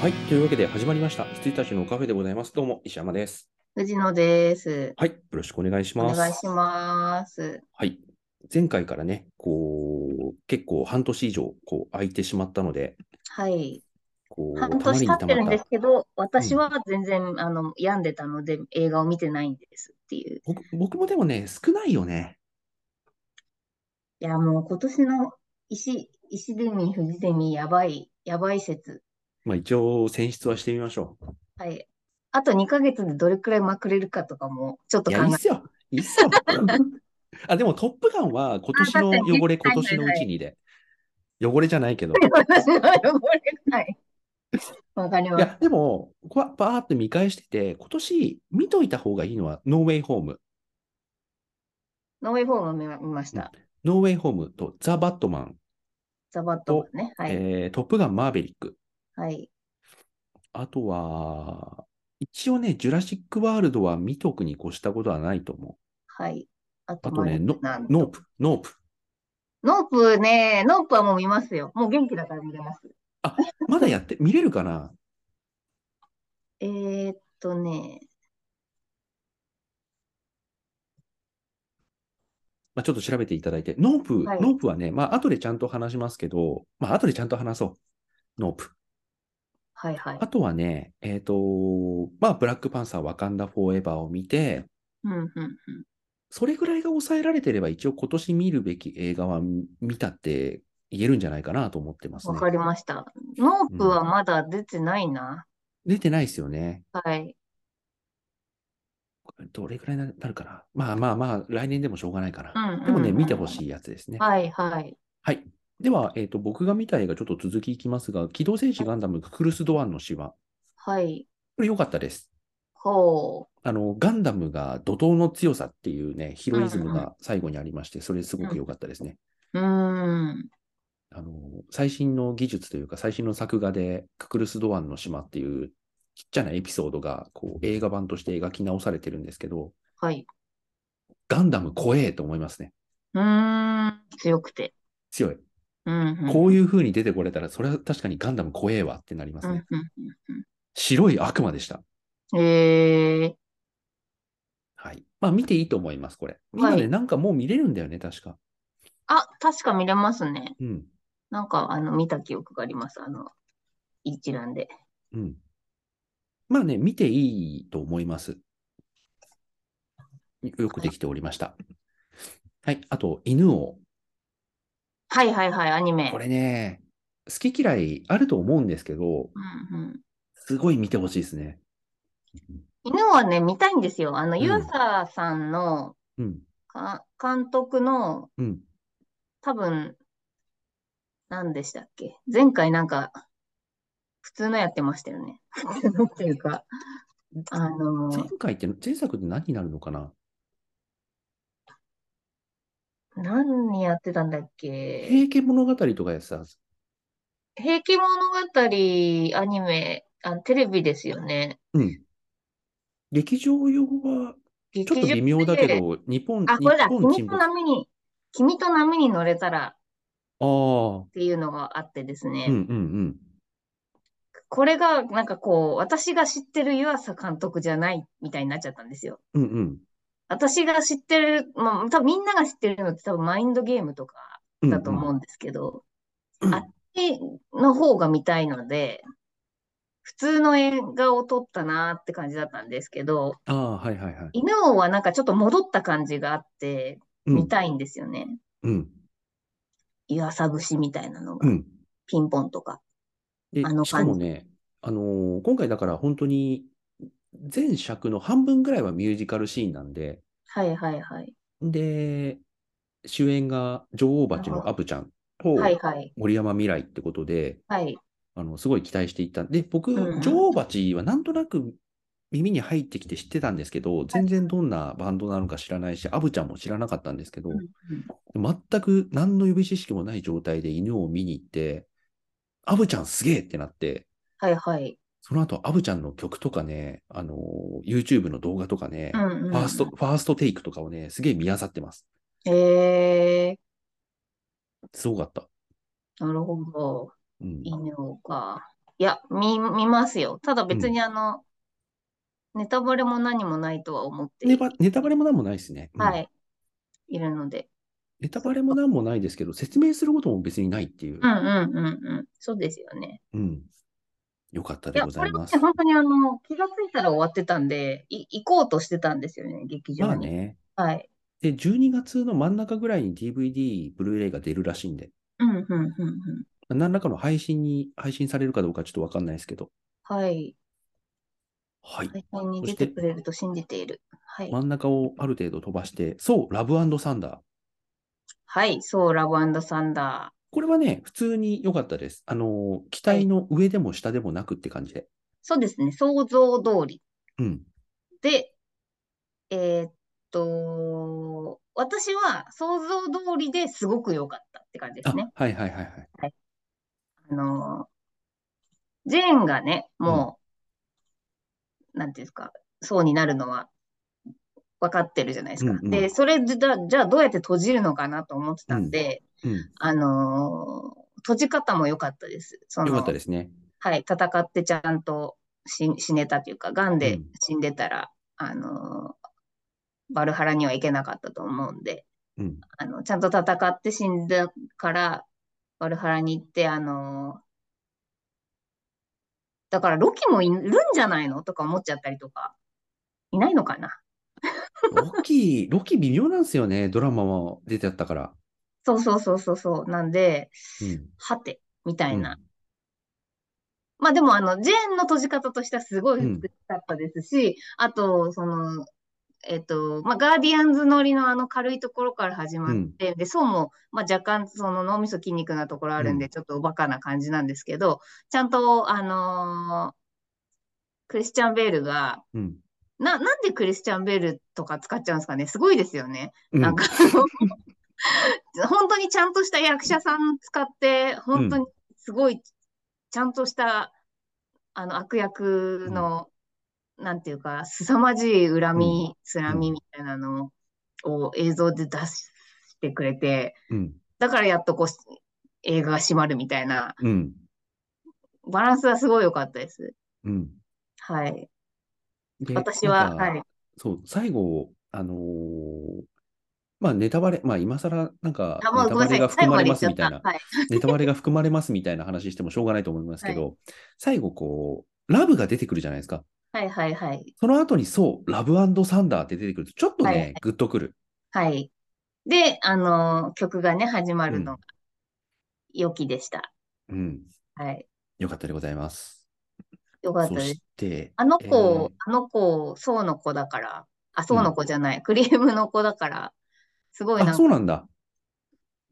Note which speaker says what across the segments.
Speaker 1: はい。というわけで始まりました。羊たちのカフェでございます。どうも、石山です。
Speaker 2: 藤野です。
Speaker 1: はい。よろしくお願いし
Speaker 2: お
Speaker 1: ます。
Speaker 2: 願いします。
Speaker 1: はい。前回からね、こう、結構半年以上、こう、空いてしまったので、
Speaker 2: はい。
Speaker 1: こう、た
Speaker 2: 半
Speaker 1: まり
Speaker 2: 年
Speaker 1: に
Speaker 2: 経
Speaker 1: た
Speaker 2: ってるん
Speaker 1: ま
Speaker 2: で
Speaker 1: っ
Speaker 2: す
Speaker 1: た。
Speaker 2: けど、私は全然、あの、病んでたので、映画を見てないんですっていう。
Speaker 1: 僕僕もでもね、少ないよね。
Speaker 2: いや、もう今年の石、石デミ、フジデミ、やばい、やばい説。
Speaker 1: まあ一応、選出はしてみましょう。
Speaker 2: はい。あと2ヶ月でどれくらいまくれるかとかも、ちょっと
Speaker 1: い
Speaker 2: 考
Speaker 1: や、いいっ
Speaker 2: え、
Speaker 1: すよ。いいっすよ。 あ、でも、トップガンは今年
Speaker 2: あ確か
Speaker 1: の
Speaker 2: に
Speaker 1: 汚れ、
Speaker 2: は
Speaker 1: 今
Speaker 2: い
Speaker 1: 年のうちにで。汚れじゃない けど。
Speaker 2: 私の汚れがない。わかり
Speaker 1: い
Speaker 2: ます。
Speaker 1: や、でも、こうバーって見返してて、今年見といた方がいいのは、ノーウェイホーム。
Speaker 2: ノーウェイフォーム見ました。
Speaker 1: ノーウェイホームとザ・バットマン、
Speaker 2: ザ・バットマンね。はい。
Speaker 1: えートップガン・マーベリック。
Speaker 2: はい。
Speaker 1: あとは、一応ね、ジュラシック・ワールドは見とくに越したことはないと思
Speaker 2: はい。あ
Speaker 1: う。
Speaker 2: と
Speaker 1: あとね、ノ
Speaker 2: なん
Speaker 1: ノープ、ノープ。
Speaker 2: ノープね、ノープはもう見ますよ。もう元気だから見れます。
Speaker 1: まだや って、見れるかな
Speaker 2: えーっとね、
Speaker 1: まあ、ちょっと調べていただいて。ノープ、
Speaker 2: はい
Speaker 1: ノープはね、まあ、後でちゃんと話しますけど、まあ、後でちゃんと話そう。ノープ。
Speaker 2: はいはい
Speaker 1: あ。とはね、えっ、と、まあ、ブラックパンサー、ワカンダ・フォーエバーを見て、
Speaker 2: うんうんうん。
Speaker 1: それぐらいが抑えられてれば、一応今年見るべき映画は見たって言えるんじゃないかなと思ってます
Speaker 2: わ
Speaker 1: ね。
Speaker 2: かりました。ノープはまだ出てないな。
Speaker 1: 出てないですよね。
Speaker 2: はい。
Speaker 1: どれぐらいになるかな。まあまあまあ、来年でもしょうがないか
Speaker 2: うん
Speaker 1: な。
Speaker 2: うんうん
Speaker 1: でもね、見てほしいやつですね。
Speaker 2: はいはい。
Speaker 1: はい。では、えっ、と、僕が見た映画、ちょっと続きいきますが、機動戦士ガンダム、クルス・ドアンの島。
Speaker 2: はい。
Speaker 1: これ良かったです。
Speaker 2: ほ
Speaker 1: あの、ガンダムが怒涛の強さっていうね、ヒロイズムが最後にありまして、それすごく良かったですね。
Speaker 2: う。うーん。
Speaker 1: あの、最新の技術というか、最新の作画で、ククルス・ドアンの島っていうちっちゃなエピソードが、こう、映画版として描き直されてるんですけど、
Speaker 2: はい。
Speaker 1: ガンダム怖えと思いますね。
Speaker 2: うーん。強くて。
Speaker 1: 強い。
Speaker 2: うんうん。
Speaker 1: こういう風に出てこれたら、それは確かにガンダム怖えわってなります
Speaker 2: うん
Speaker 1: ね。
Speaker 2: うん
Speaker 1: 白い悪魔でした。
Speaker 2: うん。えー。
Speaker 1: はい。まあ見ていいと思います、これ。今ね、
Speaker 2: はい
Speaker 1: なんかもう見れるんだよね、確か。
Speaker 2: あ、確か見れますね。
Speaker 1: うん。
Speaker 2: なんか、あの、見た記憶があります。あの、一覧で。
Speaker 1: うん。まあね、見ていいと思います。よくできておりました。はい。あと、犬を。
Speaker 2: はいはいはい、アニメ
Speaker 1: こ。れね、好き嫌いあると思うんですけど、
Speaker 2: うんうん。
Speaker 1: すごい見てほしいですね。
Speaker 2: 犬はね、見たいんですよ。あの、
Speaker 1: ん
Speaker 2: ユーサーさんの
Speaker 1: うん。
Speaker 2: か監督の
Speaker 1: うん。
Speaker 2: 多分、何でしたっけ前回なんか、普通のやってました よね。普通のっていうか、あの
Speaker 1: 前、回って、前作で何になるのかな
Speaker 2: 何やってたんだっけ
Speaker 1: 平家物語とかやってたはず
Speaker 2: 平家物語アニメ、あ、テレビですよね。
Speaker 1: うん。劇場用はち
Speaker 2: 劇
Speaker 1: ょっと微妙
Speaker 2: 場
Speaker 1: だけ
Speaker 2: で、
Speaker 1: ど、日本、
Speaker 2: あ、これだ、
Speaker 1: 日本
Speaker 2: 君
Speaker 1: 沈
Speaker 2: と
Speaker 1: 没。あ
Speaker 2: 波に、君と波に乗れたら
Speaker 1: あー、
Speaker 2: っていうのがあってですね。
Speaker 1: うんうんうん。
Speaker 2: これが、なんかこう、私が知ってる湯浅監督じゃないみたいになっちゃったんですよ。
Speaker 1: うんうん。
Speaker 2: 私が知ってる、まあ、多分みんなが知ってるのって多分マインドゲームとか
Speaker 1: うん
Speaker 2: だと思うんですけど、
Speaker 1: うん
Speaker 2: あっちの方が見たいので、普通の映画を撮ったなーって感じだったんですけど、
Speaker 1: ああ、はいはいはい。
Speaker 2: 犬王はなんかちょっと戻った感じがあって、
Speaker 1: うん
Speaker 2: 見たいんですよね。
Speaker 1: うん。
Speaker 2: 湯浅節みたいなの
Speaker 1: う
Speaker 2: が、
Speaker 1: ん。
Speaker 2: ピンポンとか。
Speaker 1: で
Speaker 2: あの感、じ
Speaker 1: しかもね、あのー今回だから本当に、全尺の半分ぐらいはミュージカルシーンなんで、
Speaker 2: はいはいはい。
Speaker 1: で、主演が女王蜂のアブちゃんと
Speaker 2: はいはい。
Speaker 1: 森山未来ってことで、
Speaker 2: はい。
Speaker 1: あの、すごい期待していた。で、僕、
Speaker 2: うん
Speaker 1: 女王蜂はなんとなく耳に入ってきて知ってたんですけど、全然どんなバンドなのか知らないし、アブちゃんも知らなかったんですけど、
Speaker 2: うんうん
Speaker 1: 全く何の予備知識もない状態で犬を見に行って、アブちゃんすげえってなって、
Speaker 2: はいはい。
Speaker 1: その後、アブちゃんの曲とかね、あの、YouTube の動画とかね、
Speaker 2: うんうんうん
Speaker 1: ファースト、ファーストテイクとかをね、すげえ見あさってます。
Speaker 2: えー、
Speaker 1: すごかった。
Speaker 2: なるほど。
Speaker 1: うん。
Speaker 2: 犬か。いや、見、見ますよ。ただ別にあの、ネタバレも何もないとは思って
Speaker 1: ネバネタバレもなんもないですね。うん
Speaker 2: はい、いるので。
Speaker 1: ネタバレもなんもないですけど、説明することも別にないっていう
Speaker 2: う。んうんうんうん。そうですよね。
Speaker 1: うん。よかった
Speaker 2: い
Speaker 1: で
Speaker 2: や、
Speaker 1: ご
Speaker 2: こ
Speaker 1: ざ
Speaker 2: れ
Speaker 1: い
Speaker 2: は
Speaker 1: ま
Speaker 2: ね、
Speaker 1: す。
Speaker 2: 本当にあの、気がついたら終わってたんで、い行こうとしてたんですよね、劇
Speaker 1: ま
Speaker 2: 場
Speaker 1: あ
Speaker 2: に。
Speaker 1: ね。
Speaker 2: はい。
Speaker 1: で、12月の真ん中ぐらいに DVD、ブルーレイが出るらしいんで、
Speaker 2: うんうんうんうん。
Speaker 1: まあ何らかの配信に、配信されるかどうかちょっとわかんないですけど。
Speaker 2: はい。
Speaker 1: はい。
Speaker 2: 配信に
Speaker 1: そ
Speaker 2: 出
Speaker 1: して
Speaker 2: てくれると信じている。はい。
Speaker 1: 真ん中をある程度飛ばして、そう、ラブサンダー。
Speaker 2: はい。そう、ラブサンダー。
Speaker 1: これはね、普通に良かったです。あのー、期待の上でも下でもなくって感じで。
Speaker 2: そうですね、想像通り。
Speaker 1: うん。
Speaker 2: で、えーっと、私は想像通りですごく良かったって感じで
Speaker 1: あ、
Speaker 2: すね。
Speaker 1: はいはいはいはい。
Speaker 2: あのー、ジェーンがね、もう、なんていうんですか、そうになるのは分かってるじゃないですか。
Speaker 1: うんうん
Speaker 2: で、それじゃ、じゃあどうやって閉じるのかなと思ってたんで、
Speaker 1: うん。
Speaker 2: あのー閉じ方も良かったです。そ
Speaker 1: 良かった
Speaker 2: の、
Speaker 1: ですね。
Speaker 2: はい、戦ってちゃんと死、死ねたというか、癌
Speaker 1: う
Speaker 2: で
Speaker 1: ん
Speaker 2: 死んでたら、あのーバルハラには行けなかったと思うんで、
Speaker 1: うん。
Speaker 2: あの、ちゃんと戦って死んだから、バルハラに行って、あのーだからロキもいるんじゃないのとか思っちゃったりとか、いないのかな
Speaker 1: ロキ、 ロキ微妙なんですよね。ドラマも出てあったから。
Speaker 2: そうそうそうそうそう。なんで、
Speaker 1: うん。
Speaker 2: はて、みたい
Speaker 1: う
Speaker 2: な。
Speaker 1: ん
Speaker 2: まあでも、あの、ジェーンの閉じ方としてはすごい
Speaker 1: うん
Speaker 2: 美しかったですし、あと、その、えっと、まあ、ガーディアンズ乗りのあの軽いところから始まって、で、そうも、まあ、若干、その脳みそ筋肉なところあるん
Speaker 1: う
Speaker 2: で、ちょっとおバカな感じなんですけど、ちゃんと、あのークリスチャン・ベールが、
Speaker 1: うん。
Speaker 2: な、なんでクリスチャン・ベールとか使っちゃうんですかねすごいですよね。
Speaker 1: うん
Speaker 2: なんか、 あの本当にちゃんとした役者さん使って、本当にすごい、ちゃんとした、あの、悪役の、なんていうか、凄まじい恨み、つらみみたいなのを映像で出してくれて、
Speaker 1: うん。
Speaker 2: だからやっとこう、映画が閉まるみたいな、
Speaker 1: うん。
Speaker 2: バランスがすごい良かったです。
Speaker 1: うん。
Speaker 2: はい。
Speaker 1: で
Speaker 2: 私は、
Speaker 1: なんか
Speaker 2: はい。
Speaker 1: そう、最後、あのーまあ、ネタバレ、まあ、今更、なんか、
Speaker 2: あ、もう
Speaker 1: ネタ
Speaker 2: ごめ
Speaker 1: バ
Speaker 2: ん
Speaker 1: レ
Speaker 2: なさ
Speaker 1: が
Speaker 2: い。最
Speaker 1: 含
Speaker 2: 後
Speaker 1: ま
Speaker 2: ま
Speaker 1: れ
Speaker 2: で
Speaker 1: ま
Speaker 2: 言っ
Speaker 1: す
Speaker 2: ちゃっ
Speaker 1: みたい
Speaker 2: た。
Speaker 1: な、
Speaker 2: はい。
Speaker 1: ネタバレが含まれますみたいな話してもしょうがないと思いますけど、最後、こう、ラブが出てくるじゃないですか。
Speaker 2: はいはいはい。
Speaker 1: その後に、そう、ラブサンダーって出てくると、ちょっとね、
Speaker 2: はい
Speaker 1: グッとくる。
Speaker 2: はい。で、あのー曲がね、始まるのが良きでした。
Speaker 1: うん。
Speaker 2: はい。
Speaker 1: よかったでございます。
Speaker 2: よかった
Speaker 1: そ
Speaker 2: です。
Speaker 1: して、
Speaker 2: あの
Speaker 1: え
Speaker 2: 子
Speaker 1: ー、
Speaker 2: あの子、そうの子だから、あ、そうの子じゃない、クリヘムの子だから、すごいな
Speaker 1: あ、
Speaker 2: ん
Speaker 1: そう
Speaker 2: か、
Speaker 1: なんだ。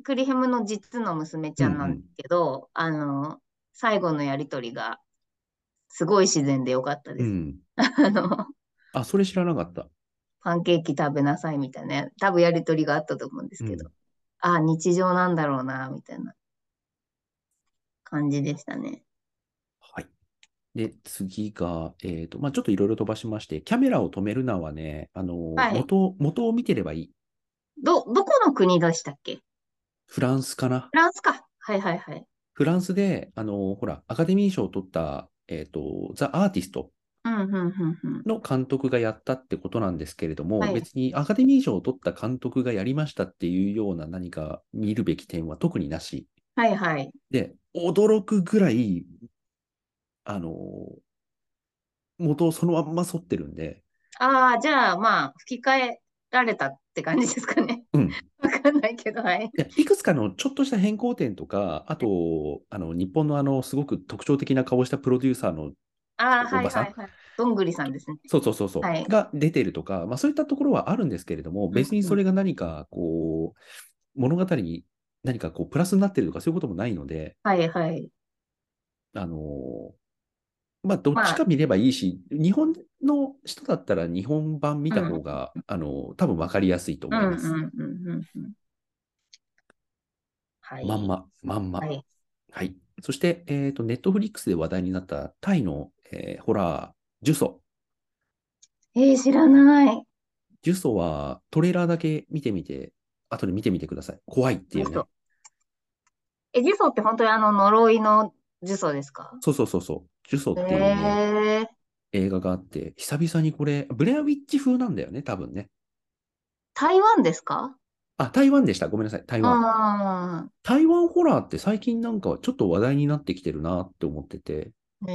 Speaker 2: クリヘムの実の娘ちゃんなんですけど、あのー最後のやりとりが、すごい自然でよかった
Speaker 1: う
Speaker 2: です。
Speaker 1: ん。
Speaker 2: あの、
Speaker 1: あ、それ知らなかった。
Speaker 2: パンケーキ食べなさいみたいな、多分やりとりがあったと思うんですけど、あ、日常なんだろうな、みたいな感じでしたね。
Speaker 1: はい。で、次が、えっ、と、まあ、ちょっといろいろ飛ばしまして、キャメラを止めるなはね、あの、
Speaker 2: はい
Speaker 1: 元、元を見てればいい。
Speaker 2: ど、どこの国でしたっけフ
Speaker 1: フランスかな。
Speaker 2: ランスか。はいはいはい。
Speaker 1: フランスで、あの、ほら、アカデミー賞を取った、えっ、と、ザ・アーティスト
Speaker 2: うん、うん、うん、うん。
Speaker 1: の監督がやったってことなんですけれども、
Speaker 2: はい
Speaker 1: 別にアカデミー賞を取った監督がやりましたっていうような何か見るべき点は特になし。
Speaker 2: はいはい。
Speaker 1: で、驚くぐらい、あの、元をそのまんま沿ってるんで、
Speaker 2: ああ、じゃあまあ、吹き替えられたって感じですかね。
Speaker 1: うん。
Speaker 2: わかんないけど、はい。
Speaker 1: いや、いくつかのちょっとした変更点とか、あと、あの、日本のあの、すごく特徴的な顔したプロデューサーの、
Speaker 2: ああ、
Speaker 1: お
Speaker 2: はい
Speaker 1: ばさん
Speaker 2: はいはい。どんぐりさんですね。
Speaker 1: そうそうそうそう、
Speaker 2: はい
Speaker 1: が出てるとか、まあそういったところはあるんですけれども、別にそれが何か、こう、物語に何かこう、プラスになってるとか、そういうこともないので、
Speaker 2: はいはい。
Speaker 1: あのまあ、どっちか見ればいいし、日本の人だったら日本版見た方が、あの、多分わかりやすいと
Speaker 2: う
Speaker 1: 思
Speaker 2: ん、
Speaker 1: いうま
Speaker 2: ん、
Speaker 1: す。
Speaker 2: うん、うんうん。はい。
Speaker 1: まんま、まんま。
Speaker 2: はい。
Speaker 1: はい。そして、えっ、と、ネットフリックスで話題になったタイの、えーホラー、ジュソ。
Speaker 2: えー、知らない。
Speaker 1: ジュソはトレーラーだけ見てみて、後で見てみてください。怖いっていう
Speaker 2: ジ
Speaker 1: ね
Speaker 2: ュソ。え、ジュソって本当にあの呪いの呪詛ですか
Speaker 1: そうそうそうそう、呪詛っていうね、
Speaker 2: へえ。
Speaker 1: 映画があって、久々にこれ、ブレアウィッチ風なんだよね、多分ね。
Speaker 2: 台湾ですか
Speaker 1: あ、台湾でした。ごめんなさい、台湾。
Speaker 2: あ
Speaker 1: 台湾ホラーって最近なんかちょっと話題になってきてるなって思ってて、
Speaker 2: あ。へ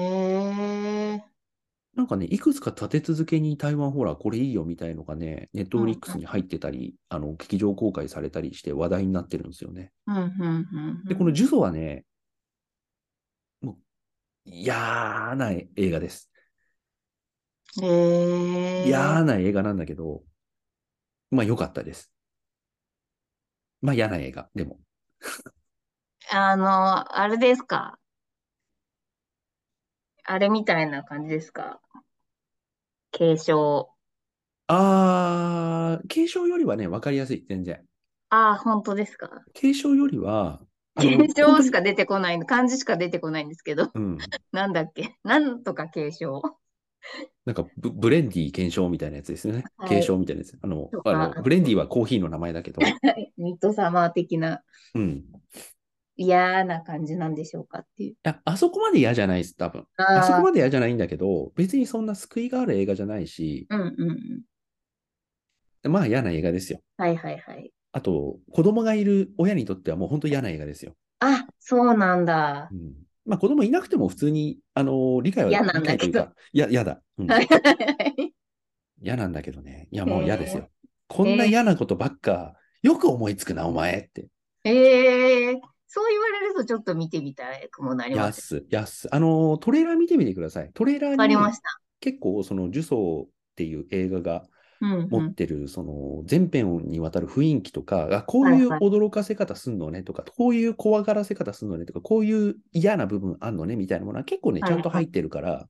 Speaker 2: え。
Speaker 1: なんかね、いくつか立て続けに台湾ホラーこれいいよみたいのがね、ネットフリックスに入ってたり、あの、劇場公開されたりして話題になってるんですよね。
Speaker 2: うん、うん、うん。
Speaker 1: で、この、呪詛はね、もう、嫌な映画です。
Speaker 2: へえ。
Speaker 1: 嫌な映画なんだけど、まあ良かったです。まあ嫌な映画、でも。
Speaker 2: あの、あれですか。あれみたいな感じですか。継承。
Speaker 1: あー、継承よりはね、わかりやすい、全然。
Speaker 2: ああ、本当ですか。
Speaker 1: 継承よりは、あの
Speaker 2: 継承し
Speaker 1: 本
Speaker 2: か出てこない、漢字しか出てこないんですけど、
Speaker 1: 当にうん。
Speaker 2: なんだっけ。なんとか継承。
Speaker 1: なんかブ、ブレンディ検証みたいなやつですよね。
Speaker 2: はい
Speaker 1: 継承みたいなやつ。あの
Speaker 2: と、か
Speaker 1: あのブレンディはコーヒーの名前だけ ど、
Speaker 2: ミッドサマー的な
Speaker 1: うん。い
Speaker 2: 嫌な感じなんでしょうかっていう。
Speaker 1: や、あそこまで嫌じゃないです、多分。あそこまで嫌じゃないんだけど、別にそんな救いがある映画じゃないし、
Speaker 2: ああ、うんうんうん。
Speaker 1: まあ嫌な映画ですよ。
Speaker 2: はいはいはい。
Speaker 1: あと、子供がいる親にとってはもう本当嫌な映画ですよ。
Speaker 2: あ、そうなんだ
Speaker 1: う。んまあ子供いなくても普通に、あのー理解は
Speaker 2: 嫌なんだ
Speaker 1: 理解という
Speaker 2: けど
Speaker 1: か、いや、嫌だ。うん
Speaker 2: はい
Speaker 1: 嫌なんだけどね。いや、もう嫌ですよ。こ
Speaker 2: え
Speaker 1: んな
Speaker 2: ー
Speaker 1: 嫌なことばっか、よく思いつくな、お前って。
Speaker 2: ええそう言われるとちょっと見てみたくもなり
Speaker 1: やっ
Speaker 2: ます。
Speaker 1: す、やっす。あのートレーラー見てみてください。トレーラー
Speaker 2: わかり
Speaker 1: に
Speaker 2: ました。
Speaker 1: 結構、その、呪詛っていう映画が
Speaker 2: うんう
Speaker 1: 持っ
Speaker 2: ん。
Speaker 1: てる、その、全編にわたる雰囲気とか、あ、こういう
Speaker 2: はい
Speaker 1: 驚かせ方すんのねとか、こういう怖がらせ方すんのねとか、こういう嫌な部分あんのねみたいなものは結構ね、ちゃんと入ってるから、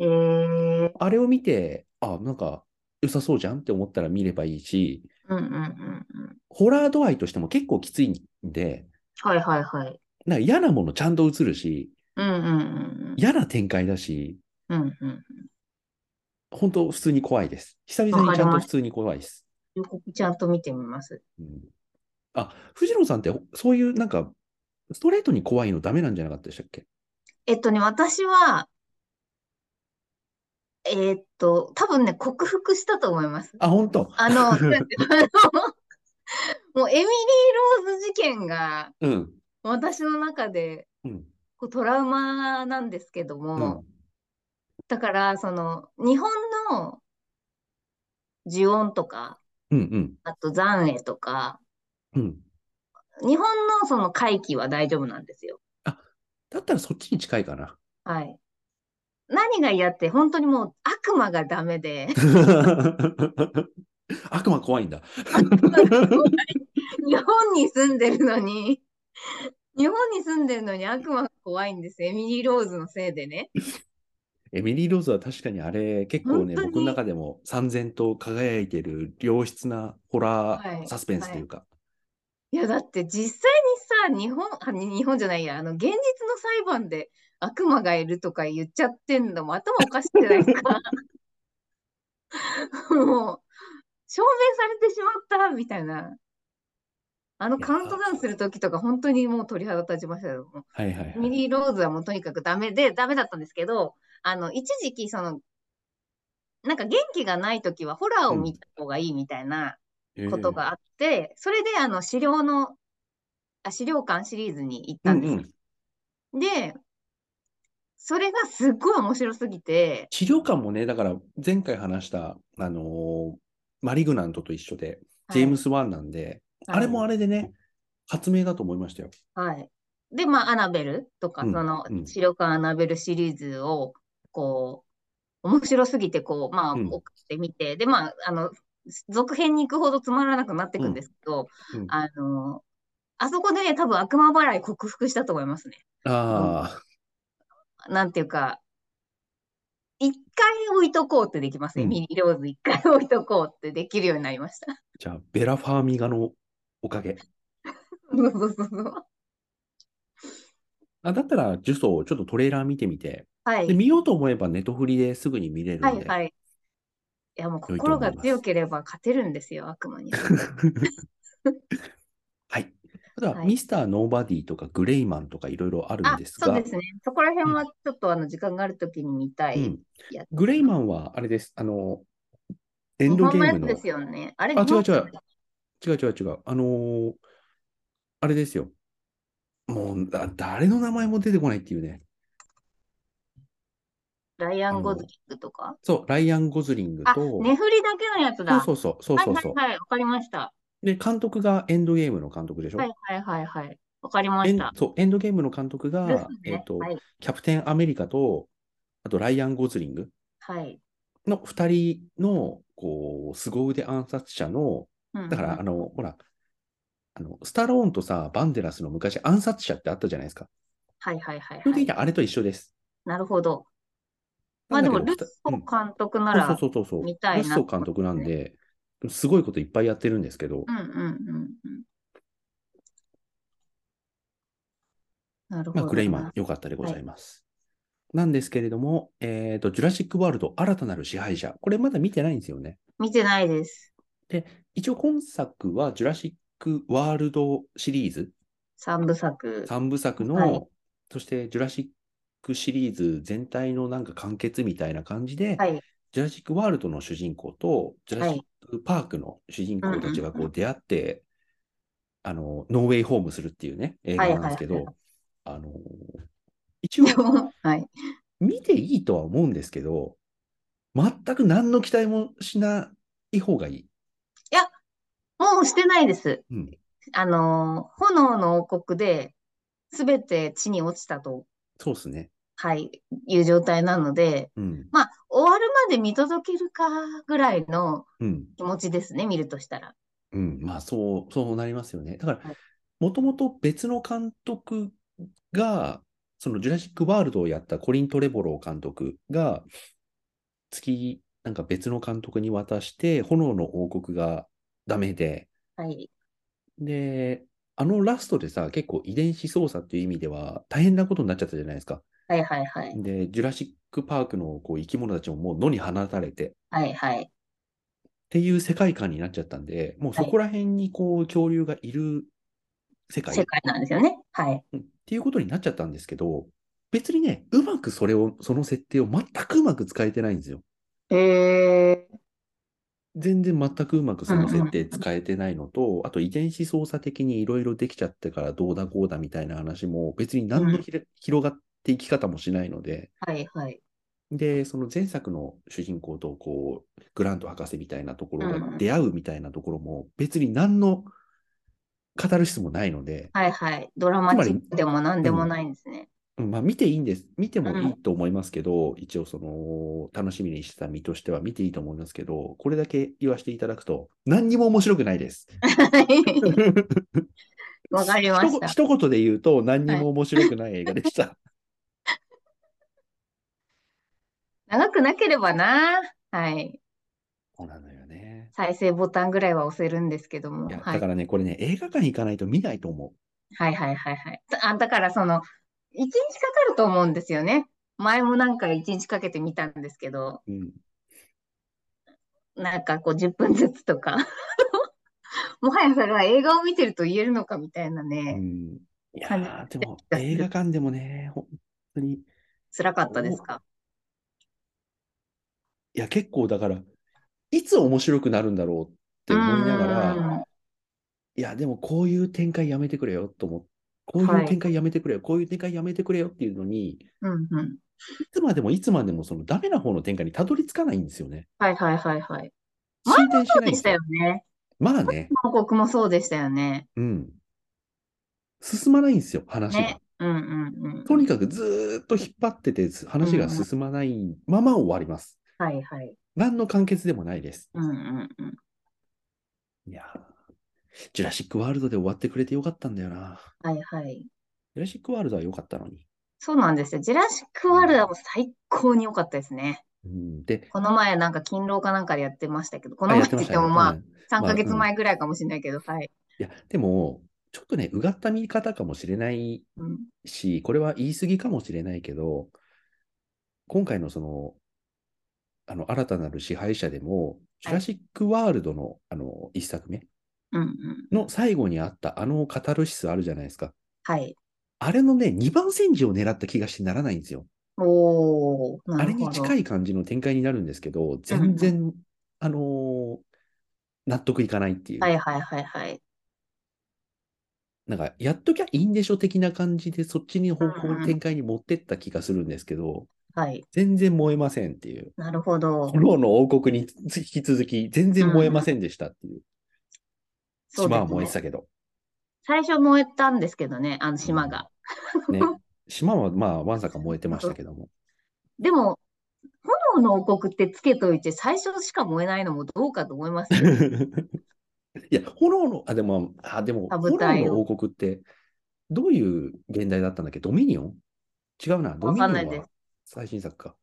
Speaker 2: ええ
Speaker 1: あれを見て、あ、なんか良さそうじゃんって思ったら見ればいいし、
Speaker 2: うんうんうんうん。
Speaker 1: ホラー度合いとしても結構きついんで、
Speaker 2: はいはいはい。
Speaker 1: なんか嫌なものちゃんと映るし、
Speaker 2: うんうん
Speaker 1: 嫌な展開だし、
Speaker 2: うんうん。うんうん。
Speaker 1: 本当普通に怖いです。久々にちゃんと普通に怖いです。
Speaker 2: 予告ちゃんと見てみます。
Speaker 1: うんあ、藤野さんってそういうなんか、ストレートに怖いのダメなんじゃなかったでしたっけ
Speaker 2: えっとね、私は、えーっと、多分ね、克服したと思います。
Speaker 1: あ、本当
Speaker 2: あ の、だ ってあのもうエミリー・ローズ事件が
Speaker 1: うん。
Speaker 2: 私の中で
Speaker 1: うん。
Speaker 2: こうトラウマなんですけども、
Speaker 1: うん。
Speaker 2: だから、その、日本の呪音とか、
Speaker 1: うん。うん。
Speaker 2: あと残影とか、
Speaker 1: うん。
Speaker 2: 日本のその回帰は大丈夫なんですよ。
Speaker 1: だったらそっちに近いかな。
Speaker 2: はい。何が嫌って、本当にもう悪魔がダメで、
Speaker 1: 悪魔怖いんだ。
Speaker 2: 日本に住んでるのに、日本に住んでるのに悪魔が怖いんですよ。エミリー・ローズのせいでね。
Speaker 1: エミリー・ローズは確かにあれ、結構ね、
Speaker 2: 本当に
Speaker 1: 僕の中でも三然と輝いてる良質なホラ
Speaker 2: は
Speaker 1: ー
Speaker 2: い
Speaker 1: サスペンスというか。
Speaker 2: いや、だって実際にさ、日本、あに日本じゃないや、あの、現実の裁判で悪魔がいるとか言っちゃってんのも頭おかしくないですかもう、証明されてしまったみたいな。あの
Speaker 1: いや
Speaker 2: カウントダウンするときとか、本当にもう鳥肌立ちましたよ。も
Speaker 1: はい、はい、は
Speaker 2: うミ
Speaker 1: い
Speaker 2: リー・ローズはもうとにかくダメで、ダメだったんですけど、あの、一時期、その、なんか元気がないときはホラーを見た方がいいみたいな、
Speaker 1: えー
Speaker 2: ことがあって、それであの資料の、あ、資料館シリーズに行っ
Speaker 1: う
Speaker 2: たん
Speaker 1: ん
Speaker 2: で
Speaker 1: う
Speaker 2: す。
Speaker 1: ん。
Speaker 2: で、それがすっごい面白すぎて、
Speaker 1: 治療官もね、だから前回話した、あのーマリグナントと一緒で、ジェームス・ワンなんで、
Speaker 2: はい
Speaker 1: あれもあれでね、発明だと思いましたよ。
Speaker 2: はい。はいで、まあ、アナベルとか、
Speaker 1: うん
Speaker 2: その
Speaker 1: うん
Speaker 2: 資料館アナベルシリーズを、こう、面白すぎて、こう、まあ、
Speaker 1: うん
Speaker 2: 送ってみて、で、まあ、あの、続編に行くほどつまらなくなっていくんですけど、
Speaker 1: うんうん
Speaker 2: あの、あそこで多分悪魔払い克服したと思いますね。
Speaker 1: ああ、
Speaker 2: なんていうか、一回置いとこうってできますね。
Speaker 1: うん
Speaker 2: ミニローズ一回置いとこうってできるようになりました。
Speaker 1: じゃあ、ベラ・ファーミガのおかげ。
Speaker 2: そうそうそうそう。
Speaker 1: あだったら、呪詛をちょっとトレーラー見てみて、
Speaker 2: は
Speaker 1: で
Speaker 2: い。
Speaker 1: 見ようと思えばネトフリですぐに見れるんで。
Speaker 2: はいはい。いやもう
Speaker 1: 良いと思
Speaker 2: 心
Speaker 1: います
Speaker 2: が強ければ勝てるんですよ、悪魔に。
Speaker 1: はい。ただ、
Speaker 2: はい
Speaker 1: ミスター・ノーバディとかグレイマンとかいろいろあるん
Speaker 2: あ、
Speaker 1: です
Speaker 2: そう
Speaker 1: が、
Speaker 2: ですね。そこら辺はちょっとあの時間があるときに見た
Speaker 1: う
Speaker 2: い
Speaker 1: ん
Speaker 2: やつ。
Speaker 1: グレイマンはあれです。あの、エン
Speaker 2: 日
Speaker 1: ド
Speaker 2: 本
Speaker 1: ゲ
Speaker 2: の
Speaker 1: ー
Speaker 2: や
Speaker 1: ム
Speaker 2: つ
Speaker 1: の。
Speaker 2: ですよね。あれ、
Speaker 1: あ、
Speaker 2: 日
Speaker 1: 違う
Speaker 2: 本
Speaker 1: 違う。違う違う違う。あのーあれですよ。もうだ、誰の名前も出てこないっていうね。
Speaker 2: ライア
Speaker 1: あの
Speaker 2: ン・ゴズリングとか。
Speaker 1: そう、ライアン・ゴズリング
Speaker 2: あ、
Speaker 1: と、
Speaker 2: 寝振りだけのやつだ。
Speaker 1: そうそうそう、そうそうそう。
Speaker 2: はいはいはい、わかりました。
Speaker 1: で、監督がエンドゲームの監督でしょ。
Speaker 2: はいはいはいはい。わかりま
Speaker 1: エ
Speaker 2: し
Speaker 1: ン
Speaker 2: た。
Speaker 1: そうエンドゲームの監督が、
Speaker 2: です
Speaker 1: えっ
Speaker 2: ね。
Speaker 1: と、
Speaker 2: はい
Speaker 1: キャプテン・アメリカと、あとライアン・ゴズリング
Speaker 2: はい。
Speaker 1: の2人の、こう、凄腕暗殺者の、
Speaker 2: うん
Speaker 1: だから、あの、ほら、あの、スタローンとさ、バンデラスの昔暗殺者ってあったじゃないですか。
Speaker 2: はいはいはい
Speaker 1: 基本
Speaker 2: は
Speaker 1: 的
Speaker 2: い。
Speaker 1: にはあれと一緒です。
Speaker 2: なるほど。まあ
Speaker 1: な
Speaker 2: で
Speaker 1: んだ
Speaker 2: も、
Speaker 1: け
Speaker 2: ル
Speaker 1: ど
Speaker 2: ッソ
Speaker 1: ふたうん
Speaker 2: 監督なら、
Speaker 1: そうそうそうそう。
Speaker 2: 見たいな
Speaker 1: ルッソ監督なんで、すごいこといっぱいやってるんですけど、
Speaker 2: うんうんうんうん。なる
Speaker 1: まあ、
Speaker 2: ほ
Speaker 1: グレイ
Speaker 2: ど
Speaker 1: マン
Speaker 2: な。
Speaker 1: 良かったでございます。なんですけれども、えっ、と、ジュラシック・ワールド、新たなる支配者。これまだ見てないんですよね。
Speaker 2: 見てないです。
Speaker 1: 一応今作は、ジュラシック・ワールドシリーズ、
Speaker 2: 三部作。
Speaker 1: 3部作の、
Speaker 2: はい
Speaker 1: そしてジュラシックシリーズ全体のなんか完結みたいな感じで、
Speaker 2: はい。
Speaker 1: ジュラシック・ワールドの主人公と、ジュラシック・パークの主人公たちが
Speaker 2: うんうん
Speaker 1: こ
Speaker 2: う
Speaker 1: う出会って、あの、ノーウェイ・ホームするっていうね、映画なんですけ
Speaker 2: はい
Speaker 1: ど、あの、一応
Speaker 2: でも、はい。
Speaker 1: 見ていいとは思うんですけど、全く何の期待もしない方がいい。
Speaker 2: もうしてないです。
Speaker 1: うん
Speaker 2: あのー、炎の王国で、すべて地に落ちたと、
Speaker 1: そうですね。
Speaker 2: はい、いう状態なので、
Speaker 1: うん。
Speaker 2: まあ、終わるまで見届けるかぐらいの
Speaker 1: うん。
Speaker 2: 気持ちですね、見るとしたら。
Speaker 1: うん、まあそう、そうなりますよね。だから
Speaker 2: はい、
Speaker 1: もともと別の監督が、そのジュラシック・ワールドをやったコリン・トレボロー監督が、次、なんか別の監督に渡して、炎の王国がダメで、
Speaker 2: はい。
Speaker 1: で、あのラストでさ、結構遺伝子操作っていう意味では大変なことになっちゃったじゃないですか。
Speaker 2: はいはいはい。
Speaker 1: で、ジュラシック・パークのこう生き物たちももう野に放たれて、
Speaker 2: はいはい。
Speaker 1: っていう世界観になっちゃったんで、もうそこら辺にこう恐竜がいる世界
Speaker 2: 世界なんですよね。はい。
Speaker 1: うんっていうことになっちゃったんですけど、別にね、うまくそれを、その設定を全くうまく使えてないんですよ。
Speaker 2: えー、
Speaker 1: 全然全くうまくその設
Speaker 2: う
Speaker 1: 定
Speaker 2: んうん
Speaker 1: 使えてないのと、あと遺伝子操作的にいろいろできちゃってからどうだこうだみたいな話も別に何のひれ広がっていき方もしないので、
Speaker 2: はいはい。
Speaker 1: で、その前作の主人公とこう、グラント博士みたいなところ
Speaker 2: うんう
Speaker 1: が
Speaker 2: ん
Speaker 1: 出会うみたいなところも、別に何の語る質もないので、
Speaker 2: はいはい。ドラマチックでも何でもないんですね。
Speaker 1: うんまあ見ていいんです。見てもいいと思いますけど、一応その、楽しみにしてた身としては見ていいと思いますけど、これだけ言わせていただくと、何にも面白くないです。
Speaker 2: わかりました。
Speaker 1: 一言一言で言うと、何にも面白くない映画でした。
Speaker 2: 長くなければな。はい。
Speaker 1: そうなのよね。
Speaker 2: 再生ボタンぐらいは押せるんですけども。
Speaker 1: いや、
Speaker 2: はい
Speaker 1: だからね、これね、映画館行かないと見ないと思う。
Speaker 2: はいはいはいはい。あ、だからその、一日かかると思うんですよね。前もなんか一日かけてみたんですけど、
Speaker 1: うん。
Speaker 2: なんかこう10分ずつとか。 もはやそれは映画を見てると言えるのかみたいな
Speaker 1: う
Speaker 2: ね、
Speaker 1: ん、いや
Speaker 2: 感じ
Speaker 1: ーでも映画館でもね、本当に、い
Speaker 2: 辛かったですか。
Speaker 1: や、結構だから、いつ面白くなるんだろうって思いなが
Speaker 2: う
Speaker 1: ら、
Speaker 2: ん
Speaker 1: いや、でもこういう展開やめてくれよと思って、こう
Speaker 2: は
Speaker 1: いう
Speaker 2: い
Speaker 1: 展開やめてくれよ、こういう展開やめてくれよっていうのに、い
Speaker 2: うんうん。
Speaker 1: つまでもいつまでもそのダメな方の展開にたどり着かないんですよね。
Speaker 2: はいはいはいはい。
Speaker 1: 進展し
Speaker 2: そう
Speaker 1: ないん
Speaker 2: で
Speaker 1: で
Speaker 2: し
Speaker 1: す
Speaker 2: た
Speaker 1: よ
Speaker 2: よ。ね。
Speaker 1: まあね、
Speaker 2: 報告もそうでしたよね。
Speaker 1: うん。進まないんですよ、話が。
Speaker 2: ね。うんうんうん。
Speaker 1: とにかくずーっと引っ張ってて、話が進まないまま終わります。
Speaker 2: はいはい。
Speaker 1: 何の完結でもないです。
Speaker 2: うんうんうん。
Speaker 1: いやージュラシック・ワールドで終わってくれてよかったんだよな。
Speaker 2: はいはい。
Speaker 1: ジュラシック・ワールドは良かったのに。
Speaker 2: そうなんですよ。ジュラシック・ワールドはもう最高に良かったですね。
Speaker 1: うん、で、
Speaker 2: この前なんか勤労かなんかでやってましたけど、こ
Speaker 1: あ
Speaker 2: の前
Speaker 1: や
Speaker 2: っ
Speaker 1: って
Speaker 2: て
Speaker 1: ま
Speaker 2: 言っ
Speaker 1: した
Speaker 2: て
Speaker 1: よ
Speaker 2: もま
Speaker 1: う
Speaker 2: あ
Speaker 1: んい
Speaker 2: 3ヶ
Speaker 1: まあ
Speaker 2: 月
Speaker 1: うん
Speaker 2: 前ぐらいかもしれないけど、はい。
Speaker 1: や、でも、ちょっとね、うがった見方かもしれない
Speaker 2: うん、
Speaker 1: し、これは言い過ぎかもしれないけど、今回のその、あの、新たなる支配者でも、ジュラシック・ワールドの、あの、一作目、
Speaker 2: うんうん。
Speaker 1: の最後にあったあのカタルシスあるじゃないですか。
Speaker 2: はい。
Speaker 1: あれのね、2番煎じを狙った気がしてならないんですよ。
Speaker 2: おお、な
Speaker 1: あ
Speaker 2: る
Speaker 1: れ
Speaker 2: ほ
Speaker 1: に
Speaker 2: ど。
Speaker 1: 近い感じの展開になるんですけど、全然、あのー納得いかないっていう。
Speaker 2: はいはいはいはい。
Speaker 1: なんか、やっときゃいいんでしょ的な感じで、そっちに方
Speaker 2: うんうん
Speaker 1: 向展開に持ってった気がするんですけど、
Speaker 2: はい。
Speaker 1: 全然燃えませんっていう。
Speaker 2: なるほど。
Speaker 1: 炎の王国に引き続き、全然燃えませんでしたっていう。
Speaker 2: そうで
Speaker 1: 島は
Speaker 2: す
Speaker 1: 燃え
Speaker 2: ね
Speaker 1: て。たけど。
Speaker 2: 最初燃えたんですけどね、あの島が。
Speaker 1: ね。島はまあ、わんさか燃えてましたけども。
Speaker 2: でも、炎の王国ってつけといて、最初しか燃えないのもどうかと思い ますけど
Speaker 1: いや、炎の、あ、でも、あ、でも、
Speaker 2: あ舞台
Speaker 1: 炎の王国って、どういう現代だったんだっけドミニオン違うな。ド
Speaker 2: わ
Speaker 1: ミニ
Speaker 2: か
Speaker 1: オ
Speaker 2: ん
Speaker 1: ン
Speaker 2: ないで
Speaker 1: は最新作か。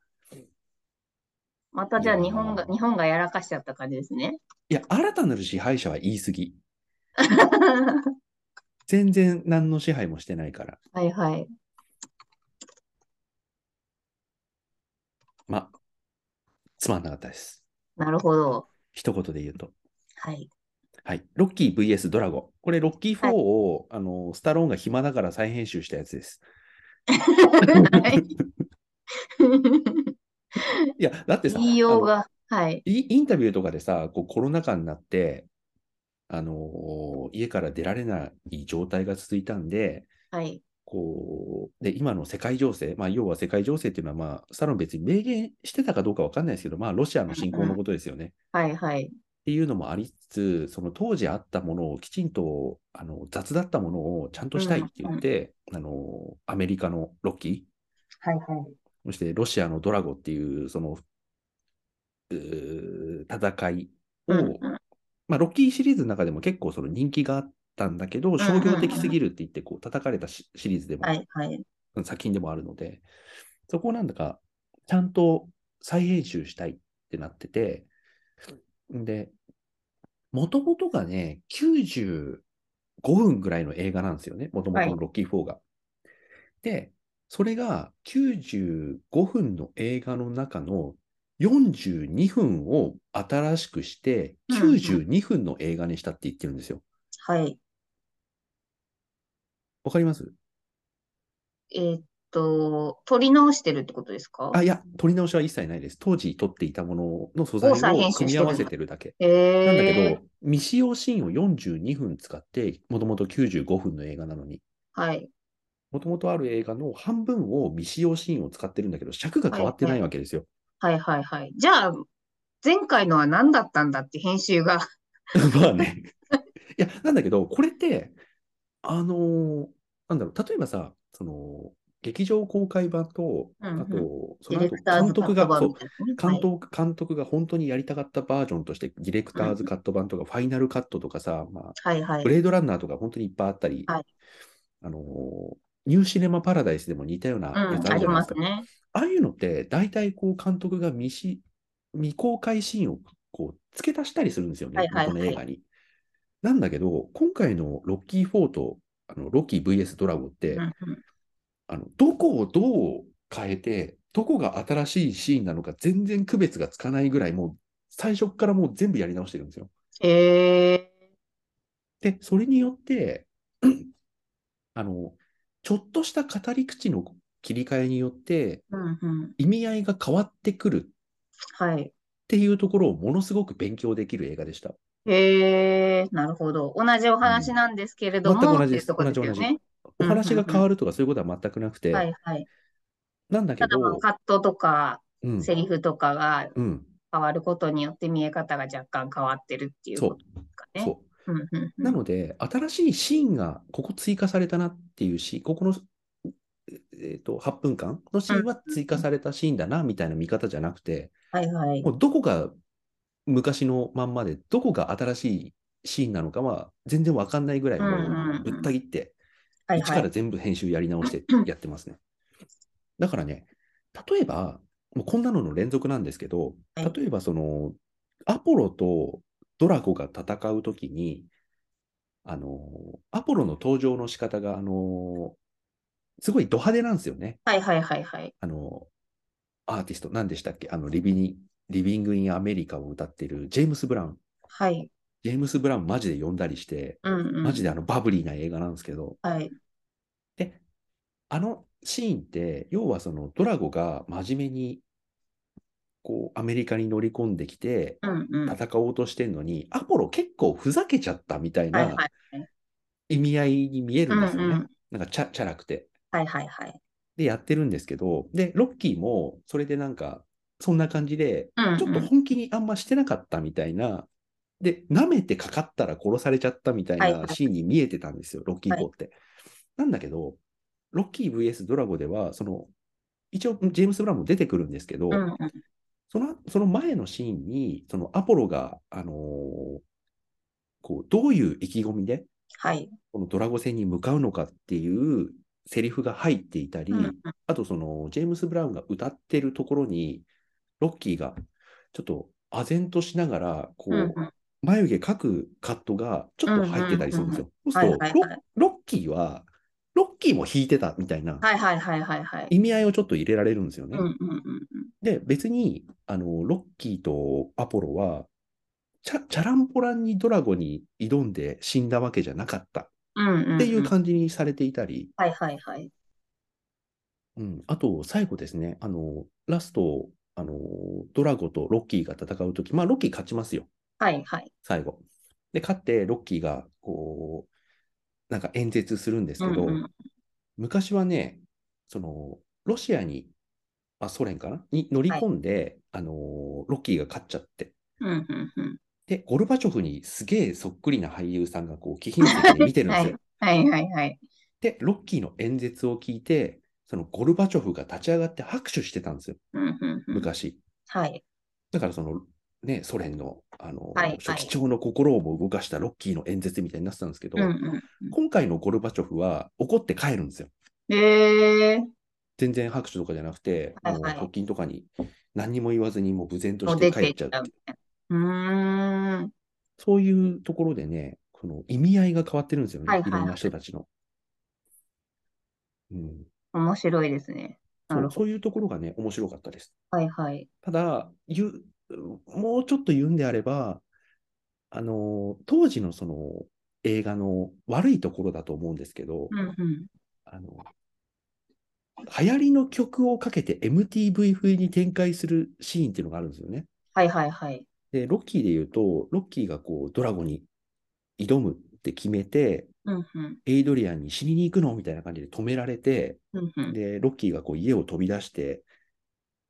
Speaker 2: またじゃあ日本が、
Speaker 1: いやー
Speaker 2: 日本がやらかしちゃった感じですね。
Speaker 1: いや、新たなる支配者は言い過ぎ。全然何の支配もしてないから。
Speaker 2: はいはい。
Speaker 1: まあ、つまんなかったです。
Speaker 2: なるほど。
Speaker 1: 一言で言うと。
Speaker 2: はい。
Speaker 1: はい。ロッキー VS ドラゴン。これ、ロッキー4を、あの、スタローンが暇だから再編集したやつです。
Speaker 2: はい
Speaker 1: いや、だってさ、
Speaker 2: 言いよう
Speaker 1: あの
Speaker 2: が。はい。
Speaker 1: イインタビューとかでさ、こうコロナ禍になって、あの家から出られない状態が続いたんで、
Speaker 2: はい。
Speaker 1: こう、で、今の世界情勢、まあ、要は世界情勢っていうのは、まあ、スタローン別に明言してたかどうかわかんないですけど、まあ、ロシアの侵攻のことですよね。
Speaker 2: はいはい。
Speaker 1: っていうのもありつつ、その当時あったものをきちんとあの雑だったものをちゃんとしたいって言って、あのアメリカのロッキ
Speaker 2: はいはい。
Speaker 1: ー、そしてロシアのドラゴっていうそのうー戦いを、
Speaker 2: うんうん
Speaker 1: まあ、ロッキーシリーズの中でも結構その人気があったんだけど、商業的すぎるって言ってこう叩かれたシシリーズでも、
Speaker 2: はいはい。
Speaker 1: 作品でもあるので、そこをなんだか、ちゃんと再編集したいってなってて、で、もともとがね、95分ぐらいの映画なんですよね、もともとのロッキー4が。で、それが95分の映画の中の42分を新しくして、
Speaker 2: うんうん
Speaker 1: 92分の映画にしたって言ってるんですよ。
Speaker 2: はい。
Speaker 1: わかります
Speaker 2: えーっと、撮り直してるってことですか
Speaker 1: あ、いや、撮り直しは一切ないです。当時撮っていたものの素材
Speaker 2: を再
Speaker 1: を
Speaker 2: 編集
Speaker 1: 組み
Speaker 2: して
Speaker 1: 合
Speaker 2: る
Speaker 1: わせてるだけ。
Speaker 2: え
Speaker 1: なんだけど、
Speaker 2: え
Speaker 1: 未使用シーンを42分使って、もともと95分の映画なのに、
Speaker 2: はい。
Speaker 1: もともとある映画の半分を未使用シーンを使ってるんだけど、尺が変わってないわけですよ。
Speaker 2: はいはいはい。じゃあ、前回のは何だったんだって編集が。
Speaker 1: まあね。いや、なんだけど、これって、あのーなんだろう、例えばさ、その、劇場公開版と、
Speaker 2: うんうん
Speaker 1: あと、そ
Speaker 2: デ
Speaker 1: の
Speaker 2: ィレ
Speaker 1: 後
Speaker 2: クター
Speaker 1: 監
Speaker 2: ズカ
Speaker 1: 督
Speaker 2: ット
Speaker 1: が、
Speaker 2: 版
Speaker 1: そう
Speaker 2: みたいなね。
Speaker 1: 監督監督が本当にやりたかったバージョンとして、ディレクターズカット版とか、ファイナルカットとかさ、まあ、
Speaker 2: はいはい
Speaker 1: ブ。レードランナーとか本当にいっぱいあったり、
Speaker 2: はい
Speaker 1: あのーニューシネマ・パラダイスでも似たような
Speaker 2: う
Speaker 1: やつ
Speaker 2: ん、
Speaker 1: あ
Speaker 2: あ
Speaker 1: るじゃな
Speaker 2: り
Speaker 1: い
Speaker 2: ま
Speaker 1: です
Speaker 2: す
Speaker 1: か。
Speaker 2: ね。
Speaker 1: ああいうのって、大体こう監督が未し未公開シーンをこう付け足したりするんですよね、
Speaker 2: はいはいはい
Speaker 1: 元の映画に。なんだけど、今回のロッキー4とあのロッキー VS ドラゴンって、
Speaker 2: うんうん
Speaker 1: あの、どこをどう変えて、どこが新しいシーンなのか全然区別がつかないぐらい、もう最初からもう全部やり直してるんですよ。
Speaker 2: へえ
Speaker 1: で、それによって、 あの、ちょっとした語り口の切り替えによって、
Speaker 2: うんうん。
Speaker 1: 意味合いが変わってくるっ
Speaker 2: はい。
Speaker 1: ていうところをものすごく勉強できる映画でした。
Speaker 2: へえなるほど。同じお話なんですけれど
Speaker 1: 全く
Speaker 2: も、
Speaker 1: 同
Speaker 2: っ
Speaker 1: じ
Speaker 2: てい
Speaker 1: で
Speaker 2: う
Speaker 1: す。
Speaker 2: とこ
Speaker 1: 同
Speaker 2: で
Speaker 1: じ
Speaker 2: す
Speaker 1: 同
Speaker 2: よ
Speaker 1: じ
Speaker 2: ね。。
Speaker 1: お話が変わるとかそういうことは全くなくて、
Speaker 2: はいはい。
Speaker 1: なんだけ
Speaker 2: ただまあ、
Speaker 1: ど、
Speaker 2: カットとか、
Speaker 1: うん、
Speaker 2: セリフとかが
Speaker 1: うん、
Speaker 2: 変わることによって見え方が若干変わってるっていう
Speaker 1: そ
Speaker 2: こ
Speaker 1: う
Speaker 2: とですか、ね。
Speaker 1: そう。
Speaker 2: うんうんうん
Speaker 1: なので、新しいシーンがここ追加されたなっていうシーン、ここの、えー、と8分間のシーンは追加されたシーンだなみたいな見方じゃなくて、
Speaker 2: はいはい。
Speaker 1: もうどこが昔のまんまで、どこが新しいシーンなのかは全然わかんないぐらい、も
Speaker 2: うんうんう
Speaker 1: うんぶった切って、
Speaker 2: はい
Speaker 1: 一
Speaker 2: は
Speaker 1: から
Speaker 2: い。
Speaker 1: 全部編集やり直 してやってますね。だからね、例えば、もうこんなのの連続なんですけど、
Speaker 2: はい
Speaker 1: 例えばその、アポロとドラゴが戦うときに、あの、アポロの登場の仕方が、あの、すごいド派手なんですよね。
Speaker 2: はいはいはいはい。
Speaker 1: あの、アーティスト、何でしたっけあの、リビニ、リビング・イン・アメリカを歌ってるジェームス・ブラウン。
Speaker 2: はい。
Speaker 1: ジェームス・ブラウンマジで呼んだりして、
Speaker 2: うんうん。
Speaker 1: マジであのバブリーな映画なんですけど、
Speaker 2: はい。
Speaker 1: あのシーンって、要はそのドラゴが真面目に、こう、アメリカに乗り込んできて、
Speaker 2: うんうん。はい
Speaker 1: 戦おうとしてんのに、アポロ結構ふざけちゃったみたい
Speaker 2: はい
Speaker 1: な。意味合いに見え
Speaker 2: う
Speaker 1: るん
Speaker 2: ん
Speaker 1: ですよね。
Speaker 2: うん。
Speaker 1: なんかチャチャラくて。
Speaker 2: はいはいはい。
Speaker 1: で、やってるんですけど、で、ロッキーもそれでなんか、そんな感じで、
Speaker 2: うんうん。
Speaker 1: ちょっと本気にあんましてなかったみたいな、で、舐めてかかったら殺されちゃったみたい
Speaker 2: はいは
Speaker 1: ないシーンに見えてたんですよ、ロッキー4って。なんだけど、ロッキー VS ドラゴでは、その、一応、ジェームス・ブラウンも出てくるんですけど、
Speaker 2: うんうん。
Speaker 1: その、その前のシーンに、そのアポロが、あのーこう、どういう意気込みで、
Speaker 2: はい。
Speaker 1: このドラゴ戦に向かうのかっていうセリフが入っていたり、
Speaker 2: うんうん。
Speaker 1: あとそのジェームス・ブラウンが歌ってるところに、ロッキーがちょっと唖然としながら、こう、
Speaker 2: うんうん。
Speaker 1: 眉毛描くカットがちょっと入ってたりするんですよ。そう
Speaker 2: は
Speaker 1: す
Speaker 2: い
Speaker 1: ると、
Speaker 2: はい
Speaker 1: ロ
Speaker 2: はい。
Speaker 1: ロッキーは、ロッキーも弾いてたみたいな
Speaker 2: はいはいはいはいはい。
Speaker 1: 意味合いをちょっと入れられるんですよね。
Speaker 2: うんうんうんうん。
Speaker 1: で、別に、あの、ロッキーとアポロは、チャチャランポランにドラゴに挑んで死んだわけじゃなかったっ
Speaker 2: うんうんうん。
Speaker 1: ていう感じにされていたり、
Speaker 2: はいはいはい。
Speaker 1: うん、あと、最後ですね、あの、ラスト、あの、ドラゴとロッキーが戦うとき、まあ、ロッキー勝ちますよ、
Speaker 2: はいはい。
Speaker 1: 最後。で、勝って、ロッキーが、こう、なんか演説するんです
Speaker 2: う
Speaker 1: け
Speaker 2: ん
Speaker 1: ど、
Speaker 2: うん。
Speaker 1: 昔はね、その、ロシアに、あ、ソ連かなに乗り込んで、あの、ロッキーが勝っちゃって。
Speaker 2: うんうんうん。
Speaker 1: で、ゴルバチョフにすげえそっくりな俳優さんが、こう、貴賓席で見てるんですよ。
Speaker 2: はいはいはい。
Speaker 1: で、ロッキーの演説を聞いて、そのゴルバチョフが立ち上がって拍手してたんですよ、
Speaker 2: うんうんうん。
Speaker 1: 昔。
Speaker 2: はい。
Speaker 1: だからその、ね、ソ連の、あの、
Speaker 2: はいはい
Speaker 1: 書記長の心をも動かしたロッキーの演説みたいになってたんですけど、
Speaker 2: うんうん
Speaker 1: 今回のゴルバチョフは怒って帰るんですよ。
Speaker 2: うん。ええ。
Speaker 1: 全然拍手とかじゃなくて、
Speaker 2: はい
Speaker 1: もう
Speaker 2: はい
Speaker 1: 側近とかに何にも言わずにもう無然と
Speaker 2: も
Speaker 1: し
Speaker 2: う
Speaker 1: て
Speaker 2: 出
Speaker 1: 帰
Speaker 2: て
Speaker 1: っ
Speaker 2: っ
Speaker 1: ち
Speaker 2: ち
Speaker 1: ゃ
Speaker 2: ゃ
Speaker 1: う
Speaker 2: う。うーん。
Speaker 1: そういうところでね、この意味合いが変わってるんですよね。
Speaker 2: はいいはい
Speaker 1: ろんな人たちの。うん、
Speaker 2: 面白いですね。な
Speaker 1: そ
Speaker 2: る
Speaker 1: う
Speaker 2: ほ
Speaker 1: そういうところがね、面白かったです。
Speaker 2: ど。はいはい。
Speaker 1: ただ、言うもうちょっと言うんであれば、あの、当時のその映画の悪いところだと思うんですけど、
Speaker 2: うんうん。
Speaker 1: あの、流行りの曲をかけて MTV 風に展開するシーンっていうのがあるんですよね。
Speaker 2: はいはいはい。
Speaker 1: で、ロッキーで言うと、ロッキーがこう、ドラゴンに挑むって決めて、
Speaker 2: うんうん。
Speaker 1: エイドリアンに死にに行くのみたいな感じで止められて、
Speaker 2: うんうん。
Speaker 1: で、ロッキーがこう家を飛び出して、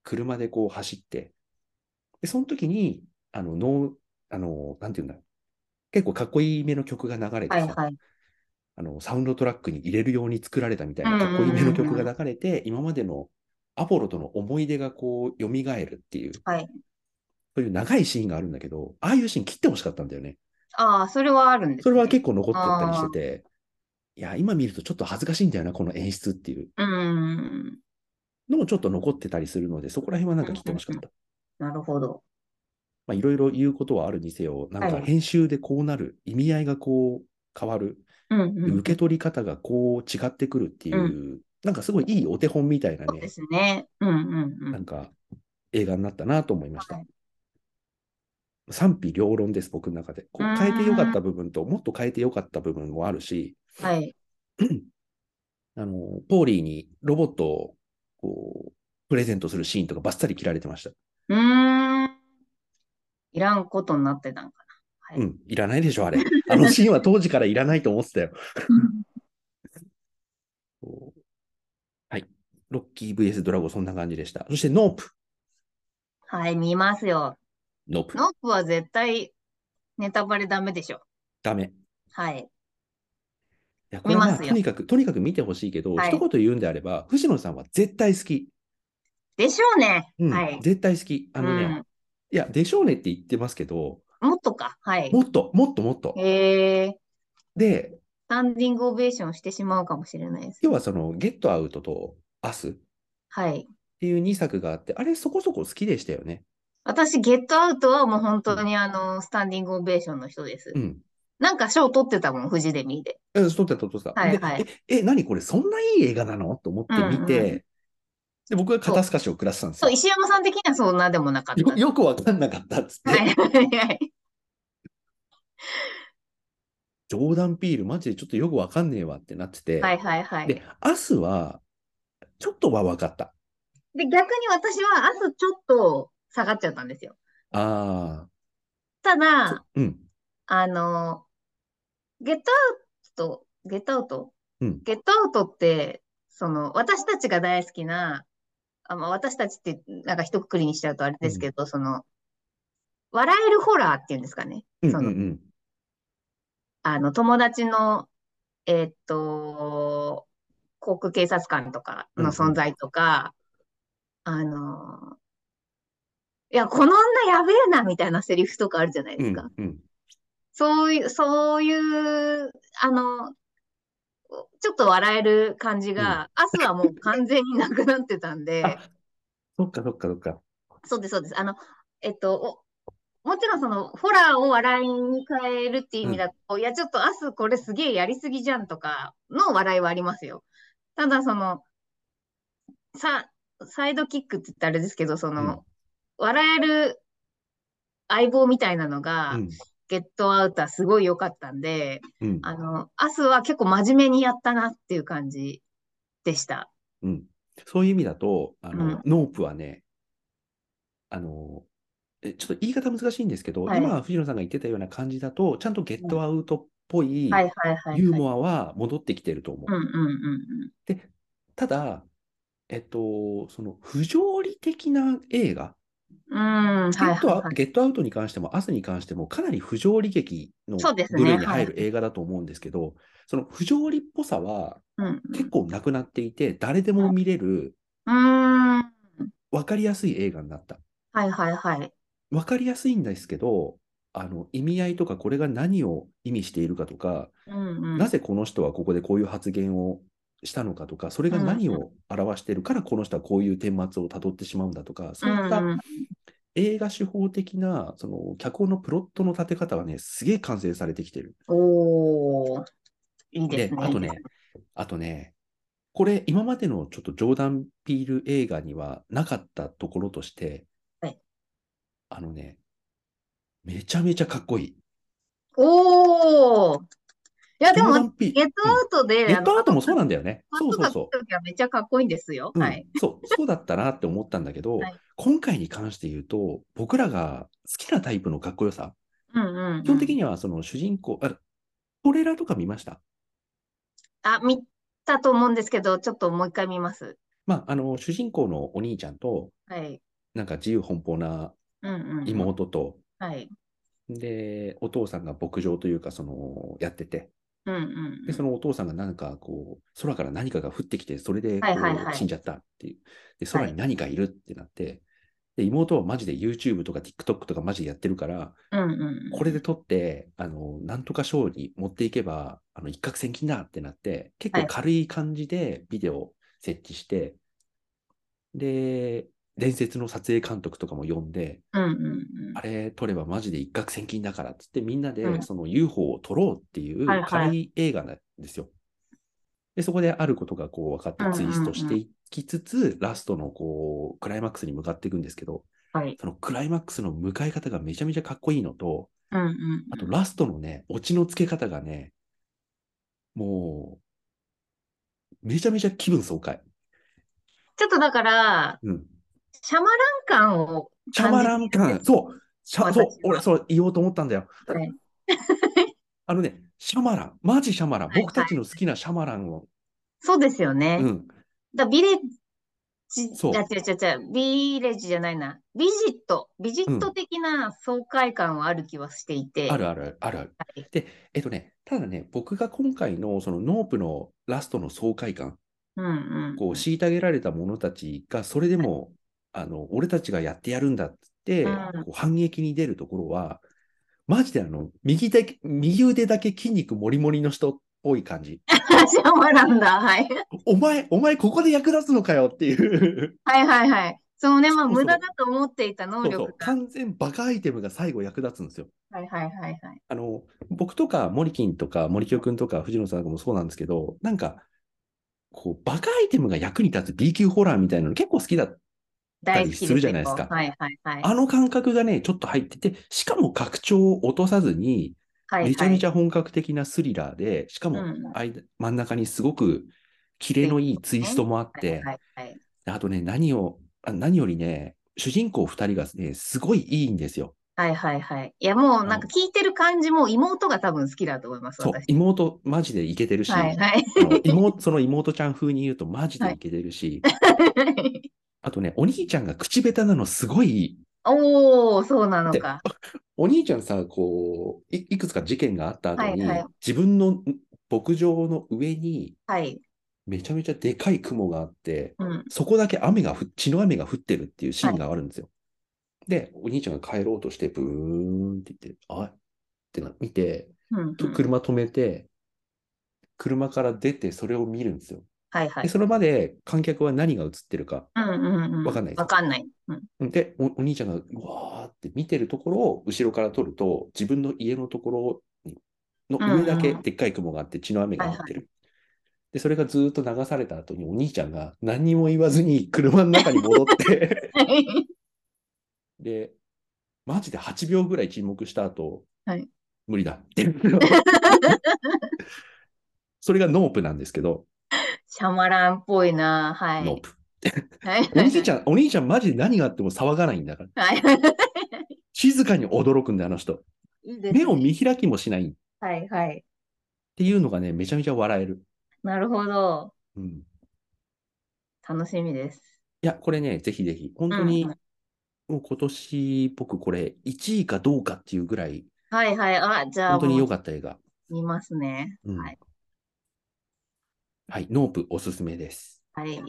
Speaker 1: 車でこう走って、で、その時に、あの、ノー、あの、なんていうんだ結構かっこいいめの曲が流れて
Speaker 2: はい
Speaker 1: さ、
Speaker 2: はい。
Speaker 1: あの、サウンドトラックに入れるように作られたみたいな、
Speaker 2: うんう
Speaker 1: かっ
Speaker 2: んうん
Speaker 1: こ
Speaker 2: う
Speaker 1: いい
Speaker 2: ん
Speaker 1: めの曲が流れて、今までのアポロとの思い出がこう、蘇るっていう、
Speaker 2: はい。
Speaker 1: そういう長いシーンがあるんだけど、ああいうシーン切ってほしかったんだよね。
Speaker 2: ああ、それはあるんです
Speaker 1: それは
Speaker 2: ね。
Speaker 1: 結構残ってたりしてて、いや、今見るとちょっと恥ずかしいんだよな、この演出っていう
Speaker 2: うん。
Speaker 1: のもちょっと残ってたりするので、そこら辺はなんか切ってほしかった。
Speaker 2: なるほど。
Speaker 1: まあ、いろいろ言うことはあるにせよ、なんか
Speaker 2: はい
Speaker 1: 編集でこうなる、意味合いがこう変わる、
Speaker 2: うんうん。
Speaker 1: 受け取り方がこう違ってくるっていう、
Speaker 2: う
Speaker 1: なんかすごいいいお手本みたいな
Speaker 2: そうで
Speaker 1: ね、
Speaker 2: すね。うんうんう
Speaker 1: なん
Speaker 2: ん。
Speaker 1: か映画になったなと思いました。
Speaker 2: はい
Speaker 1: 賛否両論です、僕の中で。こ
Speaker 2: うー
Speaker 1: うん変えてよかった部分と、もっと変えてよかった部分もあるし、
Speaker 2: はい。
Speaker 1: あの、ポーリーにロボットをこうプレゼントするシーンとかばっさり切られてました。
Speaker 2: うーん。いらんことになってたんかな。は
Speaker 1: う
Speaker 2: い。
Speaker 1: ん、いらないでしょ、あ れ。あのシーンは当時からいらないと思ってたよ。そうはい。ロッキー VS ドラゴン、そんな感じでした。そして、ノープ。
Speaker 2: はい、見ますよ。
Speaker 1: ノープ。
Speaker 2: ノックは絶対ネタバレダメでしょ。
Speaker 1: ダメ。い
Speaker 2: はい。
Speaker 1: や、これはま
Speaker 2: 見
Speaker 1: あ、
Speaker 2: ますよ
Speaker 1: とにかく、とにかく見てほしいけど、
Speaker 2: はい
Speaker 1: 一言言うんであれば、藤野さんは絶対好き。
Speaker 2: でしょうね。
Speaker 1: うん、
Speaker 2: はい。
Speaker 1: 絶対好き。あ
Speaker 2: う
Speaker 1: のね、
Speaker 2: ん。
Speaker 1: いや、でしょうねって言ってますけど、
Speaker 2: もっとか。はい。
Speaker 1: もっと、もっともっと。
Speaker 2: えー、ス
Speaker 1: で、
Speaker 2: タンディングオベーションしてしまうかもしれないです。
Speaker 1: 要はその、ゲットアウトとアスっ
Speaker 2: はい。
Speaker 1: ていう2作があって、あれそこそこ好きでしたよね。
Speaker 2: 私、ゲットアウトはもう本当にあの、スタンディングオベーションの人です
Speaker 1: う。ん。
Speaker 2: なんか賞取ってたもん、フジデミーで。
Speaker 1: うん撮ってた、撮ってた。
Speaker 2: はいはい
Speaker 1: でえ、え、何これ、そんないい映画なのと思って見て、
Speaker 2: うんうん
Speaker 1: で、僕が肩透かしを食らってたんです
Speaker 2: そ
Speaker 1: よ
Speaker 2: う、。石山さん的にはそんなでもなかっ
Speaker 1: よ
Speaker 2: た。
Speaker 1: よくわかんなかったっつって。
Speaker 2: はいはいはい。
Speaker 1: ジョーダン・ピール、マジでちょっとよくわかんねえわってなってて、
Speaker 2: はいはいはい。
Speaker 1: で、アスは、ちょっとは分かった。
Speaker 2: で、逆に私は明日ちょっと下がっちゃったんですよ。
Speaker 1: あ
Speaker 2: た
Speaker 1: あ、
Speaker 2: だ、
Speaker 1: うん、
Speaker 2: あの、ゲットアウト、ゲットアウト
Speaker 1: うん
Speaker 2: ゲットアウトって、その、私たちが大好きな、あ、まあ、私たちって、なんか一括りにしちゃうとあれですけど、その、笑えるホラーっていうんですかね。
Speaker 1: うん、
Speaker 2: そ
Speaker 1: うん、う
Speaker 2: の、
Speaker 1: ん。
Speaker 2: あの、友達の、えーっと、航空警察官とかの存在とか、あの、いや、この女やべえな、みたいなセリフとかあるじゃないうです
Speaker 1: ん
Speaker 2: か。
Speaker 1: うん、
Speaker 2: そういう、そういう、あの、ちょっと笑える感じが、明日はもう完全になくなってたんで、
Speaker 1: あ、そっかそっかそっか。
Speaker 2: そうです、そうです。あの、えっと、おもちろんその、ホラーを笑いに変えるっていう意味だと、いや、ちょっと明日これすげえやりすぎじゃんとかの笑いはありますよ。ただ、その、さ、サイドキックって言ったらあれですけど、その、笑える相棒みたいなのが、
Speaker 1: うん、
Speaker 2: ゲットアウターすごい良かったんで、
Speaker 1: うん、
Speaker 2: あの、明日は結構真面目にやったなっていう感じでした。
Speaker 1: うん。そういう意味だと、あの、
Speaker 2: うん
Speaker 1: ノープはね、あの、えちょっと言い方難しいんですけど、
Speaker 2: はい
Speaker 1: 今藤野さんが言ってたような感じだと、ちゃんとゲットアウトっぽい
Speaker 2: はいはいはい。
Speaker 1: ユー
Speaker 2: はい。
Speaker 1: モアは戻ってきてると思う。
Speaker 2: うんうんうんうん。
Speaker 1: で、ただ、えっと、その不条理的な映画、
Speaker 2: うん、
Speaker 1: ゲ
Speaker 2: はい
Speaker 1: ットア
Speaker 2: はいはい。
Speaker 1: ゲットアウトに関しても、アスに関しても、かなり不条理劇の
Speaker 2: そうですね
Speaker 1: 部類に入る映画だと思うんですけど、その不条理っぽさは
Speaker 2: うん
Speaker 1: 結構なくなっていて、誰でも見れる、
Speaker 2: うん。うーん。
Speaker 1: わかりやすい映画になった。
Speaker 2: はいはいはい。
Speaker 1: わかりやすいんですけど、あの意味合いとか、これが何を意味しているかとか、
Speaker 2: うんうん。
Speaker 1: なぜこの人はここでこういう発言をしたのかとか、それが何を表しているから、この人はこういう顛末をたどってしまうんだとか、そういった
Speaker 2: うんうん
Speaker 1: 映画手法的な、その脚本のプロットの立て方がね、すげえ完成されてきてる。
Speaker 2: おー、いいで
Speaker 1: で、
Speaker 2: すね。
Speaker 1: あとね、あとね、これ、今までのちょっとジョーダン・ピール映画にはなかったところとして、
Speaker 2: はい
Speaker 1: あのね、めちゃめちゃかっこいい。
Speaker 2: おー。いや、でも、
Speaker 1: ジョーダンピー
Speaker 2: ゲットアウトで、
Speaker 1: ゲ
Speaker 2: あ
Speaker 1: ッ
Speaker 2: の、
Speaker 1: トアウトもそうなんだよね。
Speaker 2: パ
Speaker 1: そう
Speaker 2: ッと
Speaker 1: そう
Speaker 2: か
Speaker 1: そう。
Speaker 2: 時はめっちゃかっこいいんですよ。
Speaker 1: うん
Speaker 2: はい。
Speaker 1: そう、そうだったなって思ったんだけど、
Speaker 2: はい
Speaker 1: 今回に関して言うと、僕らが好きなタイプのかっこよさ、
Speaker 2: うんうんうん。
Speaker 1: 基本的にはその主人公、あ、トレーラーとか見ました
Speaker 2: あ、見たと思うんですけど、ちょっともう一回見ます。
Speaker 1: まあ、あの、主人公のお兄ちゃんと、
Speaker 2: はい。
Speaker 1: なんか自由奔放な
Speaker 2: うんうん。
Speaker 1: 妹と、
Speaker 2: はい。
Speaker 1: で、お父さんが牧場というか、その、やってて、
Speaker 2: うんうんう
Speaker 1: で、
Speaker 2: ん。
Speaker 1: そのお父さんがなんかこう、空から何かが降ってきて、それでこ
Speaker 2: はいはいは
Speaker 1: う
Speaker 2: い
Speaker 1: 死んじゃったっていう。で、空に何かいるってなって、で、妹はマジで YouTube とか TikTok とかマジでやってるから、
Speaker 2: うんうん。
Speaker 1: これで取って、あの、なんとか賞に持っていけば、あの、一攫千金だってなって、結構軽い感じでビデオを設置して、で、伝説の撮影監督とかも呼んで、
Speaker 2: うんうんうん。
Speaker 1: あれ撮ればマジで一攫千金だからっつってみんな
Speaker 2: う
Speaker 1: で
Speaker 2: ん
Speaker 1: その UFO を撮ろうっていう
Speaker 2: はいはい
Speaker 1: 軽い映画なんですよ。で、そこであることがこう分かってツイストしていきつつ、ラストのこう、クライマックスに向かっていくんですけど、
Speaker 2: はい。
Speaker 1: そのクライマックスの向かい方がめちゃめちゃかっこいいのと、
Speaker 2: うんうん。
Speaker 1: あとラストのね、オチのつけ方がね、もう、めちゃめちゃ気分爽快。
Speaker 2: ちょっとだから、
Speaker 1: うん。
Speaker 2: シャマラン感を
Speaker 1: シャマラン感。そう。シャ
Speaker 2: 私
Speaker 1: そ
Speaker 2: は
Speaker 1: う。俺、そう言おうと思ったんだよ。
Speaker 2: はい
Speaker 1: あのね、シャマラン。マジシャマラン。
Speaker 2: はい
Speaker 1: 僕たちの好きなシャマランを。
Speaker 2: そうですよね。
Speaker 1: うん。
Speaker 2: だビレッジ、
Speaker 1: そう
Speaker 2: あ、違う違う違う、ビレッジじゃないな。ビジット、ビジット的な爽快感はある気はしていて。
Speaker 1: あるあるあるある
Speaker 2: はい。
Speaker 1: で、えっとね、ただね、僕が今回のそのノープのラストの爽快感、
Speaker 2: うんうん。
Speaker 1: こう、虐げられた者たちが、それでも、あの、俺たちがやってやるんだっつって、
Speaker 2: うん
Speaker 1: こう反撃に出るところは、マジであの、右だけ、右腕だけ筋肉もりもりの人っぽい感じ。
Speaker 2: シャマランだ。はい。
Speaker 1: お前、お前ここで役立つのかよっていう。
Speaker 2: はいはいはい。そのね、まあ、
Speaker 1: そうそう
Speaker 2: 無駄だと思っていた
Speaker 1: そう
Speaker 2: 能
Speaker 1: そ
Speaker 2: 力
Speaker 1: う。
Speaker 2: が。
Speaker 1: 完全バカアイテムが最後役立つんですよ。
Speaker 2: はいはいはいはい。
Speaker 1: あの、僕とか、モリキンとか、森清くんとか、藤野さんとかもそうなんですけど、なんか、こう、バカアイテムが役に立つ B 級ホラーみたいなの結構好きだっ
Speaker 2: 大好き
Speaker 1: するじゃないですか
Speaker 2: よはいはいはい。
Speaker 1: あの感覚がね、ちょっと入ってて、しかも拡張を落とさずに、
Speaker 2: はいはい。
Speaker 1: めちゃめちゃ本格的なスリラーで、しか
Speaker 2: う
Speaker 1: も、
Speaker 2: ん
Speaker 1: 間真ん中にすごくキレのいいツイストもあっ
Speaker 2: はい
Speaker 1: て、
Speaker 2: はいはい。
Speaker 1: あとね、何を、あ何よりね、主人公2人がね、すごいいいんですよ。
Speaker 2: はいはいはい。いや、もうなんか聞いてる感じも妹が多分好きだと思います、
Speaker 1: そう
Speaker 2: 私。、
Speaker 1: 妹、マジでイケてるし、
Speaker 2: はいはい。
Speaker 1: あの妹その妹ちゃん風に言うと、マジでイケてるし、あとね、お兄ちゃんが口下手なのすごいいい。
Speaker 2: おー、そうなのか。
Speaker 1: お兄ちゃんさ、こう、いいくつか事件があった後に、
Speaker 2: はいはい
Speaker 1: 自分の牧場の上に、
Speaker 2: はい。
Speaker 1: めちゃめちゃでかい雲があって、
Speaker 2: うん。
Speaker 1: そこだけ雨がふ、血の雨が降ってるっていうシーンがあるんですよ。で、お兄ちゃんが帰ろうとして、ブーンって言って、あってな見て、
Speaker 2: うん
Speaker 1: と
Speaker 2: うん
Speaker 1: 車止めて、車から出て、それを見るんですよ。
Speaker 2: はいは
Speaker 1: で、
Speaker 2: い。
Speaker 1: その場で観客は何が映ってるか。
Speaker 2: うんうんうん。
Speaker 1: わかんないです
Speaker 2: わかんない。うん
Speaker 1: で、おお兄ちゃんが、うわーって見てるところを後ろから撮ると、自分の家のところにの上だけ
Speaker 2: うんうん
Speaker 1: でっかい雲があって、血の雨が降ってる。で、それがずーっと流された後に、お兄ちゃんが何にも言わずに車の中に戻って、 で、マジで8秒ぐらい沈黙した後、
Speaker 2: はい
Speaker 1: 無理だって それがノープなんですけど、
Speaker 2: シャマランっぽいな。は
Speaker 1: ノー
Speaker 2: い。
Speaker 1: プ。
Speaker 2: はい
Speaker 1: お兄ちゃん、お兄ちゃんマジで何があっても騒がないんだから。
Speaker 2: はい。
Speaker 1: 静かに驚くんだよ、あの人。
Speaker 2: いいですね
Speaker 1: 目を見開きもしないっ
Speaker 2: はいはい。
Speaker 1: ていうのがね、めちゃめちゃ笑える。
Speaker 2: なるほど。
Speaker 1: うん、い
Speaker 2: 楽しみです。
Speaker 1: や、これね、ぜひぜひ。本当
Speaker 2: う
Speaker 1: に
Speaker 2: んう、
Speaker 1: もう今年僕これ1位かどうかっていうぐらい、
Speaker 2: はいはい。あ、じゃあ
Speaker 1: 本当に
Speaker 2: も
Speaker 1: 良
Speaker 2: う
Speaker 1: かった映画。
Speaker 2: 見ますね。
Speaker 1: うん
Speaker 2: はい。
Speaker 1: はい、ノープおすすめです。
Speaker 2: はい。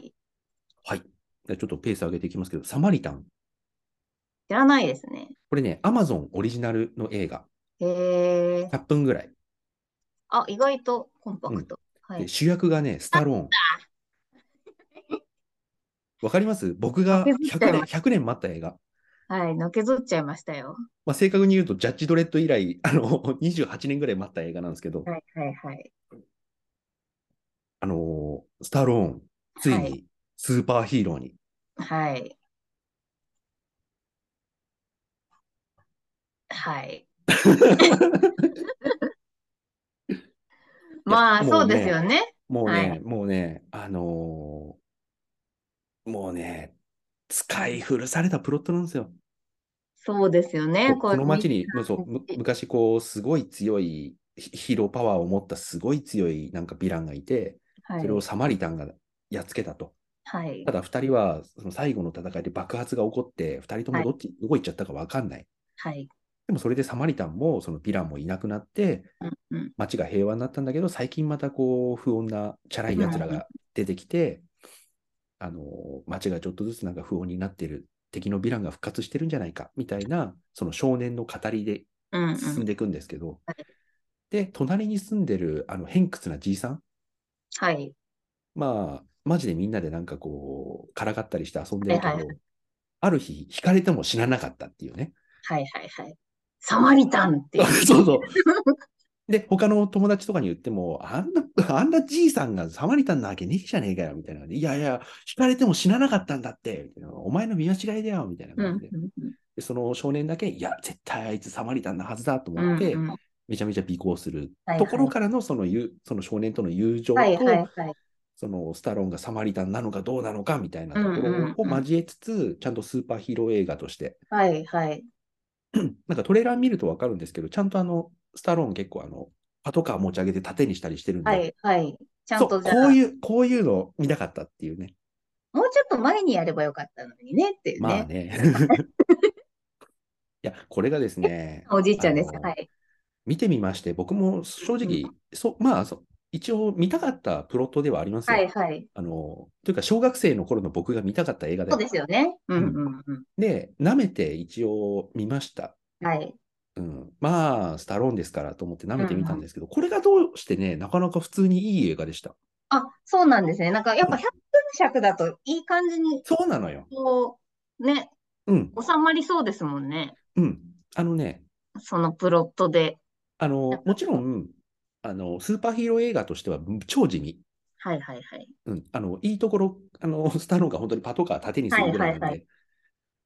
Speaker 1: はい。じゃあちょっとペース上げていきますけど、サマリタン。
Speaker 2: 知らないですね。
Speaker 1: これね、アマゾンオリジナルの映画、
Speaker 2: へえ。
Speaker 1: 100分ぐらい。
Speaker 2: あ、意外とコンパクト。はい
Speaker 1: で。主役がね、スタローン。わかります僕が
Speaker 2: 忘れてた
Speaker 1: 100年、100年待った映画。
Speaker 2: はい。のけぞっちゃいましたよ。
Speaker 1: まあ、正確に言うと、ジャッジ・ドレッド以来、あの、28年ぐ らい待った映画なんですけど、
Speaker 2: はいはいはい。
Speaker 1: あのースタローン、つい
Speaker 2: は
Speaker 1: にスーパーヒーローに。
Speaker 2: はい。はい。まあ、
Speaker 1: も
Speaker 2: そうう
Speaker 1: ね
Speaker 2: ですよね。
Speaker 1: もうね、
Speaker 2: はい
Speaker 1: もうね、あのーもうね、使い古されたプロットなんですよ。
Speaker 2: そうですよね。
Speaker 1: こ
Speaker 2: こ
Speaker 1: この町に、
Speaker 2: う
Speaker 1: そうむ昔こう、すごい強いヒヒーローパワーを持ったすごい強いなんかヴィランがいて、
Speaker 2: はい
Speaker 1: それをサマリタンがやっつけたと。
Speaker 2: はい
Speaker 1: た。だ2人はその最後の戦いで爆発が起こって、2人ともどっち、どこ行っちゃったか分かんない。
Speaker 2: はい。
Speaker 1: でもそれでサマリタンもそのヴィランもいなくなって、
Speaker 2: うんうん。
Speaker 1: 町が平和になったんだけど、最近またこう、不穏なチャラい奴らが出てきて、あの、町がちょっとずつなんか不穏になってる、敵のヴィランが復活してるんじゃないか、みたいな、その少年の語りで
Speaker 2: うんうん。
Speaker 1: 進んでいくんですけど
Speaker 2: はい、
Speaker 1: で、隣に住んでる、あの、偏屈なじいさん、
Speaker 2: はい。
Speaker 1: まあ、マジでみんなでなんかこう、からかったりして遊んでるけ
Speaker 2: はいはい
Speaker 1: ど、ある日、惹かれても死ななかったっていうね。
Speaker 2: はいはいはい。サマリタンっていう。
Speaker 1: そうそう。 で、他の友達とかに言っても、あんな、 あんなじいさんがサマリタンなわけねえじゃねえかよ、みたいな。いやいや、惹かれても死ななかったんだって、みたいなお前の見間違いだよ、みたいな
Speaker 2: うんう
Speaker 1: 感
Speaker 2: ん
Speaker 1: じで。でその少年だけ、いや、絶対あいつサマリタンのはずだと
Speaker 2: うん。
Speaker 1: 思って、
Speaker 2: うんうん
Speaker 1: めちゃめちゃ尾行する。
Speaker 2: はいはい
Speaker 1: ところからのその友、その少年との友情と、
Speaker 2: はいはいはい。
Speaker 1: そのスタローンがサマリタンなのかどうなのかみたいなとこ
Speaker 2: うんうんう
Speaker 1: ろ
Speaker 2: ん
Speaker 1: を交えつつ、ちゃんとスーパーヒーロー映画として、
Speaker 2: はいはい。
Speaker 1: なんかトレーラー見るとわかるんですけど、ちゃんとあの、スタローン結構あの、パトカー持ち上げて縦にしたりしてるんで、
Speaker 2: はいはい。ちゃん
Speaker 1: そ
Speaker 2: と
Speaker 1: う、
Speaker 2: じゃあ、
Speaker 1: こういう、こういうの見たかったっていうね。
Speaker 2: もうちょっと前にやればよかったのにねっていう
Speaker 1: まあ
Speaker 2: ね。
Speaker 1: ね。 いや、これがです ね、
Speaker 2: おじいちゃんです。
Speaker 1: あの
Speaker 2: はい。
Speaker 1: 見てみまして、僕も正直、そう、まあ、そう一応見たかったプロットではありますよ。
Speaker 2: はいはい。
Speaker 1: あの、というか、小学生の頃の僕が見たかった映画で
Speaker 2: そうですよね。うんうんう
Speaker 1: で、舐めて一応見ました。
Speaker 2: ん。はい。
Speaker 1: うん、まあ、スタローンですからと思って舐めてみたんですけど、これがどうしてね、なかなか普通にいい映画でした。
Speaker 2: あ、そうなんですね。なんかやっぱ100分尺だといい感じに、
Speaker 1: そうなのよ。
Speaker 2: こう、ね、
Speaker 1: うん、
Speaker 2: 収まりそうですもんね。
Speaker 1: うん。あのね、
Speaker 2: そのプロットで。
Speaker 1: あの、もちろん、あの、スーパーヒーロー映画としては超地味。
Speaker 2: はいはいはい。
Speaker 1: うん、あの、いいところ、あの、スタローンが本当にパトカー縦にするぐらいなんで、
Speaker 2: はいはいは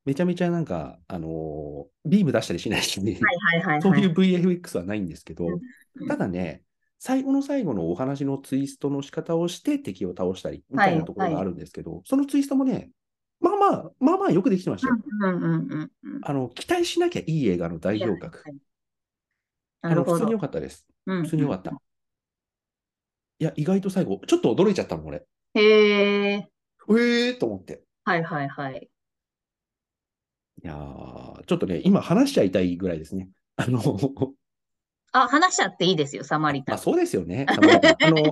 Speaker 1: めちゃめちゃなんか、あのービーム出したりしないしね、
Speaker 2: はいはい
Speaker 1: そう
Speaker 2: はいい。
Speaker 1: う VFX はないんですけど
Speaker 2: うんうん、
Speaker 1: ただね、最後の最後のお話のツイストの仕方をして敵を倒したりみたいなところがあるんですけど、そのツイストもね、まあまあ、まあまあよくできてましたよ。
Speaker 2: うんうんうんうんうん。
Speaker 1: あの、期待しなきゃいい映画の代表格。
Speaker 2: はい
Speaker 1: あ
Speaker 2: な
Speaker 1: の、
Speaker 2: る
Speaker 1: 普
Speaker 2: ほ
Speaker 1: 通
Speaker 2: ど
Speaker 1: に。良かったです。
Speaker 2: 普
Speaker 1: 普通に良かった。いや、意外と最後、ちょっと驚いちゃったもん、俺。
Speaker 2: へえ、
Speaker 1: ええー、と思って。
Speaker 2: はいはいはい。
Speaker 1: いやーちょっとね、今話しちゃいたいぐらいですね。あ の、
Speaker 2: あ、話しちゃっていいですよ、サマリタ
Speaker 1: まあ
Speaker 2: ン。
Speaker 1: そうですよ ね。サマリタンあの、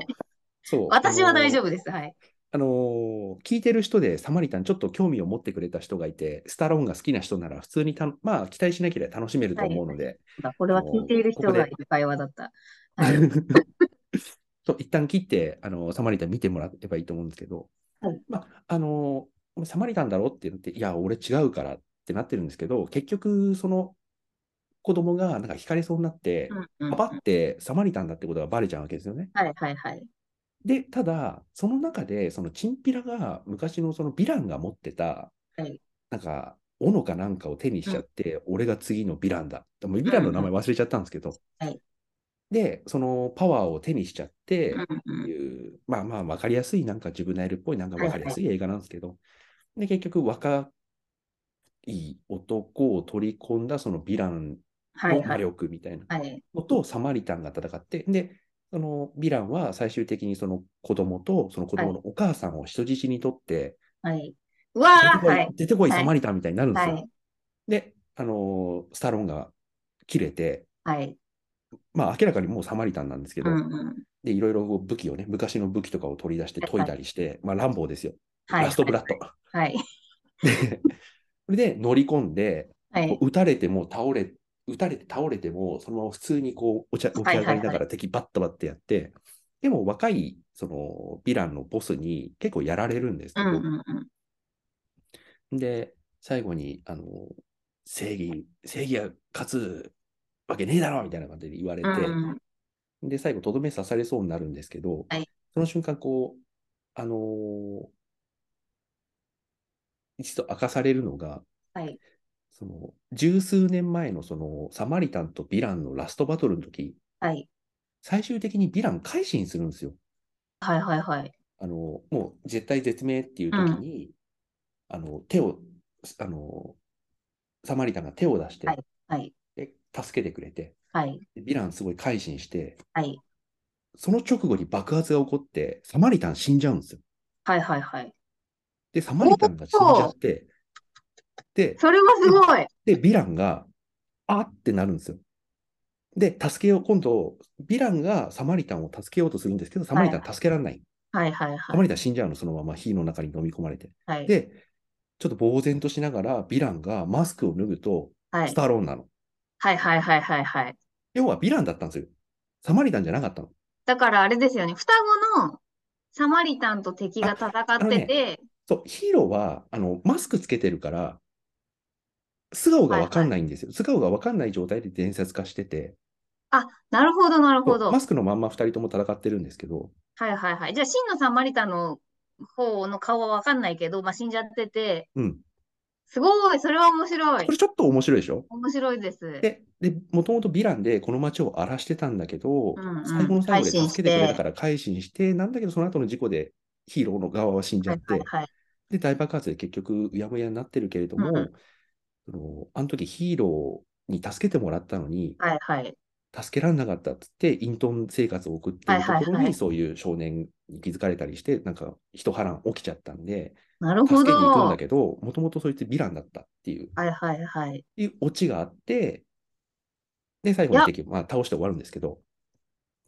Speaker 1: そう。
Speaker 2: 私は大丈
Speaker 1: 夫。
Speaker 2: 夫です。はい。
Speaker 1: あのー聞いてる人でサマリタンちょっと興味を持ってくれた人がいて、スタローンが好きな人なら普通にたの、まあ期待しなければ楽しめると思うので、
Speaker 2: これは聞いている人がいる会話だった。はい。
Speaker 1: そう一旦切って、あのーサマリタン見てもらえばいいと思うんですけど、
Speaker 2: はい
Speaker 1: まあ、あのーサマリタンだろってなって、いや、俺違うからってなってるんですけど、結局、その子供がなんか惹かれそうになって、
Speaker 2: うんうんう
Speaker 1: パ
Speaker 2: ん
Speaker 1: パってサマリタンだってことがバレちゃうわけですよね。
Speaker 2: はいはいはい。
Speaker 1: で、ただ、その中で、そのチンピラが昔のそのヴィランが持ってた、
Speaker 2: はい
Speaker 1: なんか、斧かなんかを手にしちゃって、俺が次のヴィランだ。もうヴィランの名前忘れちゃったんですけど、
Speaker 2: はい
Speaker 1: で、そのパワーを手にしちゃって、
Speaker 2: うんうん
Speaker 1: いう、まあまあ分かりやすい、なんかジュブナイルっぽい、なんか分かりやすい映画なんですけど、で、結局若い男を取り込んだそのヴィラン
Speaker 2: は
Speaker 1: の
Speaker 2: い
Speaker 1: 魔
Speaker 2: はい。
Speaker 1: 力みたいな
Speaker 2: はい。
Speaker 1: のとサマリタンが戦って、で、そのヴィランは最終的にその子供とその子供のお母さんを人質に取って、
Speaker 2: はい。うわー、はい。
Speaker 1: 出てこい、出てこい
Speaker 2: はい
Speaker 1: サマリタンみたいになるんです
Speaker 2: は
Speaker 1: よ。
Speaker 2: い。
Speaker 1: で、あのースタローンが切れて、
Speaker 2: はい。
Speaker 1: まあ明らかにもうサマリタンなんですけ
Speaker 2: う
Speaker 1: ど、
Speaker 2: んうん。
Speaker 1: で、いろいろこう武器をね、昔の武器とかを取り出して研いだりして、まあ乱暴ですよ。
Speaker 2: はい。
Speaker 1: ラストブラッ ド。
Speaker 2: はい。
Speaker 1: で、それで乗り込んで、
Speaker 2: はい
Speaker 1: こ。う撃たれても倒れ、撃たれて倒れても、そのまま普通にこう、おちゃ起き上がりながら敵バッとバッてやって、でも若い、その、ヴィランのボスに結構やられるんです
Speaker 2: う
Speaker 1: け
Speaker 2: んうんう
Speaker 1: ど、
Speaker 2: ん。
Speaker 1: で、最後に、あの、正義、正義は勝つわけねえだろみたいな感じで言われて、
Speaker 2: うん
Speaker 1: で、最後、とどめ刺されそうになるんですけど、
Speaker 2: はい
Speaker 1: その瞬間、こう、あのー一度明かされるのが、
Speaker 2: はい。
Speaker 1: その、十数年前の、その、サマリタンとヴィランのラストバトルの時、
Speaker 2: はい。
Speaker 1: 最終的にヴィラン改心するんですよ。
Speaker 2: はいはいはい。
Speaker 1: あの、もう、絶対絶命っていう時に、あの、手を、あの、サマリタンが手を出して、
Speaker 2: はい。
Speaker 1: で助けてくれて、
Speaker 2: はい。
Speaker 1: でヴィランすごい改心して、
Speaker 2: はい。
Speaker 1: その直後に爆発が起こって、サマリタン死んじゃうんですよ。
Speaker 2: はいはいはい。
Speaker 1: で、サマリタンが死んじゃって、で、
Speaker 2: それはすごい。
Speaker 1: で、ヴィランが、あってなるんですよ。で、助けよう、今度、ヴィランがサマリタンを助けようとするんですけど、サマリタン助けられない。
Speaker 2: はいはいは
Speaker 1: サ
Speaker 2: い
Speaker 1: マ。リタン死んじゃうの、そのまま火の中に飲み込まれて。
Speaker 2: はい。
Speaker 1: で、ちょっと呆然としながら、ヴィランがマスクを脱ぐと、
Speaker 2: は
Speaker 1: ス
Speaker 2: い。
Speaker 1: タローンなの。
Speaker 2: はいはいはいはいはい。
Speaker 1: 要は、ヴィランだったんですよ。サマリタンじゃなかったの。
Speaker 2: だからあれですよね。双子のサマリタンと敵が戦ってて、
Speaker 1: そう、ヒーローは、あの、マスクつけてるから、素顔がわかんないんですよ。素顔がわかんない状態で伝説化してて、
Speaker 2: あ、なるほどなるほど。
Speaker 1: マスクのまんま2人とも戦ってるんですけど、
Speaker 2: はいはいはい。じゃあ、真のサマリタンの方の顔はわかんないけど、まあ、死んじゃってて、
Speaker 1: うん。
Speaker 2: すごい、それは面白い
Speaker 1: こ。れちょっと面白いでしょ
Speaker 2: 面白いです。
Speaker 1: で、で、もともとヴィランでこの街を荒らしてたんだけど、
Speaker 2: うんうん
Speaker 1: 最後の最後で
Speaker 2: 改心
Speaker 1: 助けてくれたから改心して、なんだけどその後の事故でヒーローの側は死んじゃ
Speaker 2: は
Speaker 1: っ
Speaker 2: い
Speaker 1: て、
Speaker 2: はいはい。
Speaker 1: で、大爆発で結局うやむやになってるけれども、
Speaker 2: うんうん
Speaker 1: そのあの時ヒーローに助けてもらったのに、
Speaker 2: はいはい。
Speaker 1: 助けられなかったっつって、隠遁生活を送っているところに、
Speaker 2: はいはいはい
Speaker 1: そういう少年に気づかれたりして、なんか一波乱起きちゃったんで、
Speaker 2: なる
Speaker 1: 助
Speaker 2: ほ
Speaker 1: けに行くん
Speaker 2: ど。
Speaker 1: だけど、もともとそいつヴィランだったっていう。
Speaker 2: はいはいはい。
Speaker 1: いうオチがあって、で、最後の敵、まあ、倒して終わるんですけど、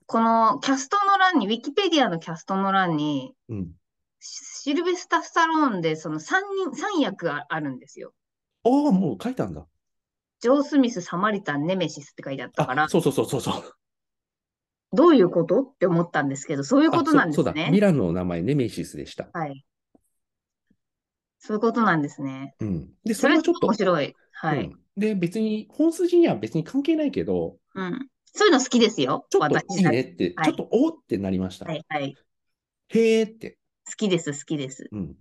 Speaker 2: このキャストの欄に、ウィキペディアのキャストの欄に、
Speaker 1: うん。
Speaker 2: シシルベスタ・スタローンでその3人、三役あ、あるんですよ。
Speaker 1: ああ、もう書いたんだ。
Speaker 2: ジョー・スミス、サマリタン、ネメシスって書いてあったか
Speaker 1: あ、
Speaker 2: ら、
Speaker 1: そうそうそうそうそう。
Speaker 2: どういうことって思ったんですけど、そういう
Speaker 1: あ
Speaker 2: ことなんで
Speaker 1: そう
Speaker 2: す
Speaker 1: そうだ。ミ
Speaker 2: ね。
Speaker 1: ランの名前、ネメシスでした。
Speaker 2: はい。そういうことなんですね。
Speaker 1: うん。で、そ
Speaker 2: そ
Speaker 1: れ
Speaker 2: れ
Speaker 1: はちょっと、
Speaker 2: 面白い。は
Speaker 1: う
Speaker 2: い。
Speaker 1: んで、別に、本筋には別に関係ないけど、
Speaker 2: うん。そういうの好きですよ。
Speaker 1: ちょっと
Speaker 2: 私
Speaker 1: いいねって、
Speaker 2: はい
Speaker 1: ちょっとおーってなりました。
Speaker 2: はいはい。
Speaker 1: へーって。
Speaker 2: 好きです、好きです。
Speaker 1: うん。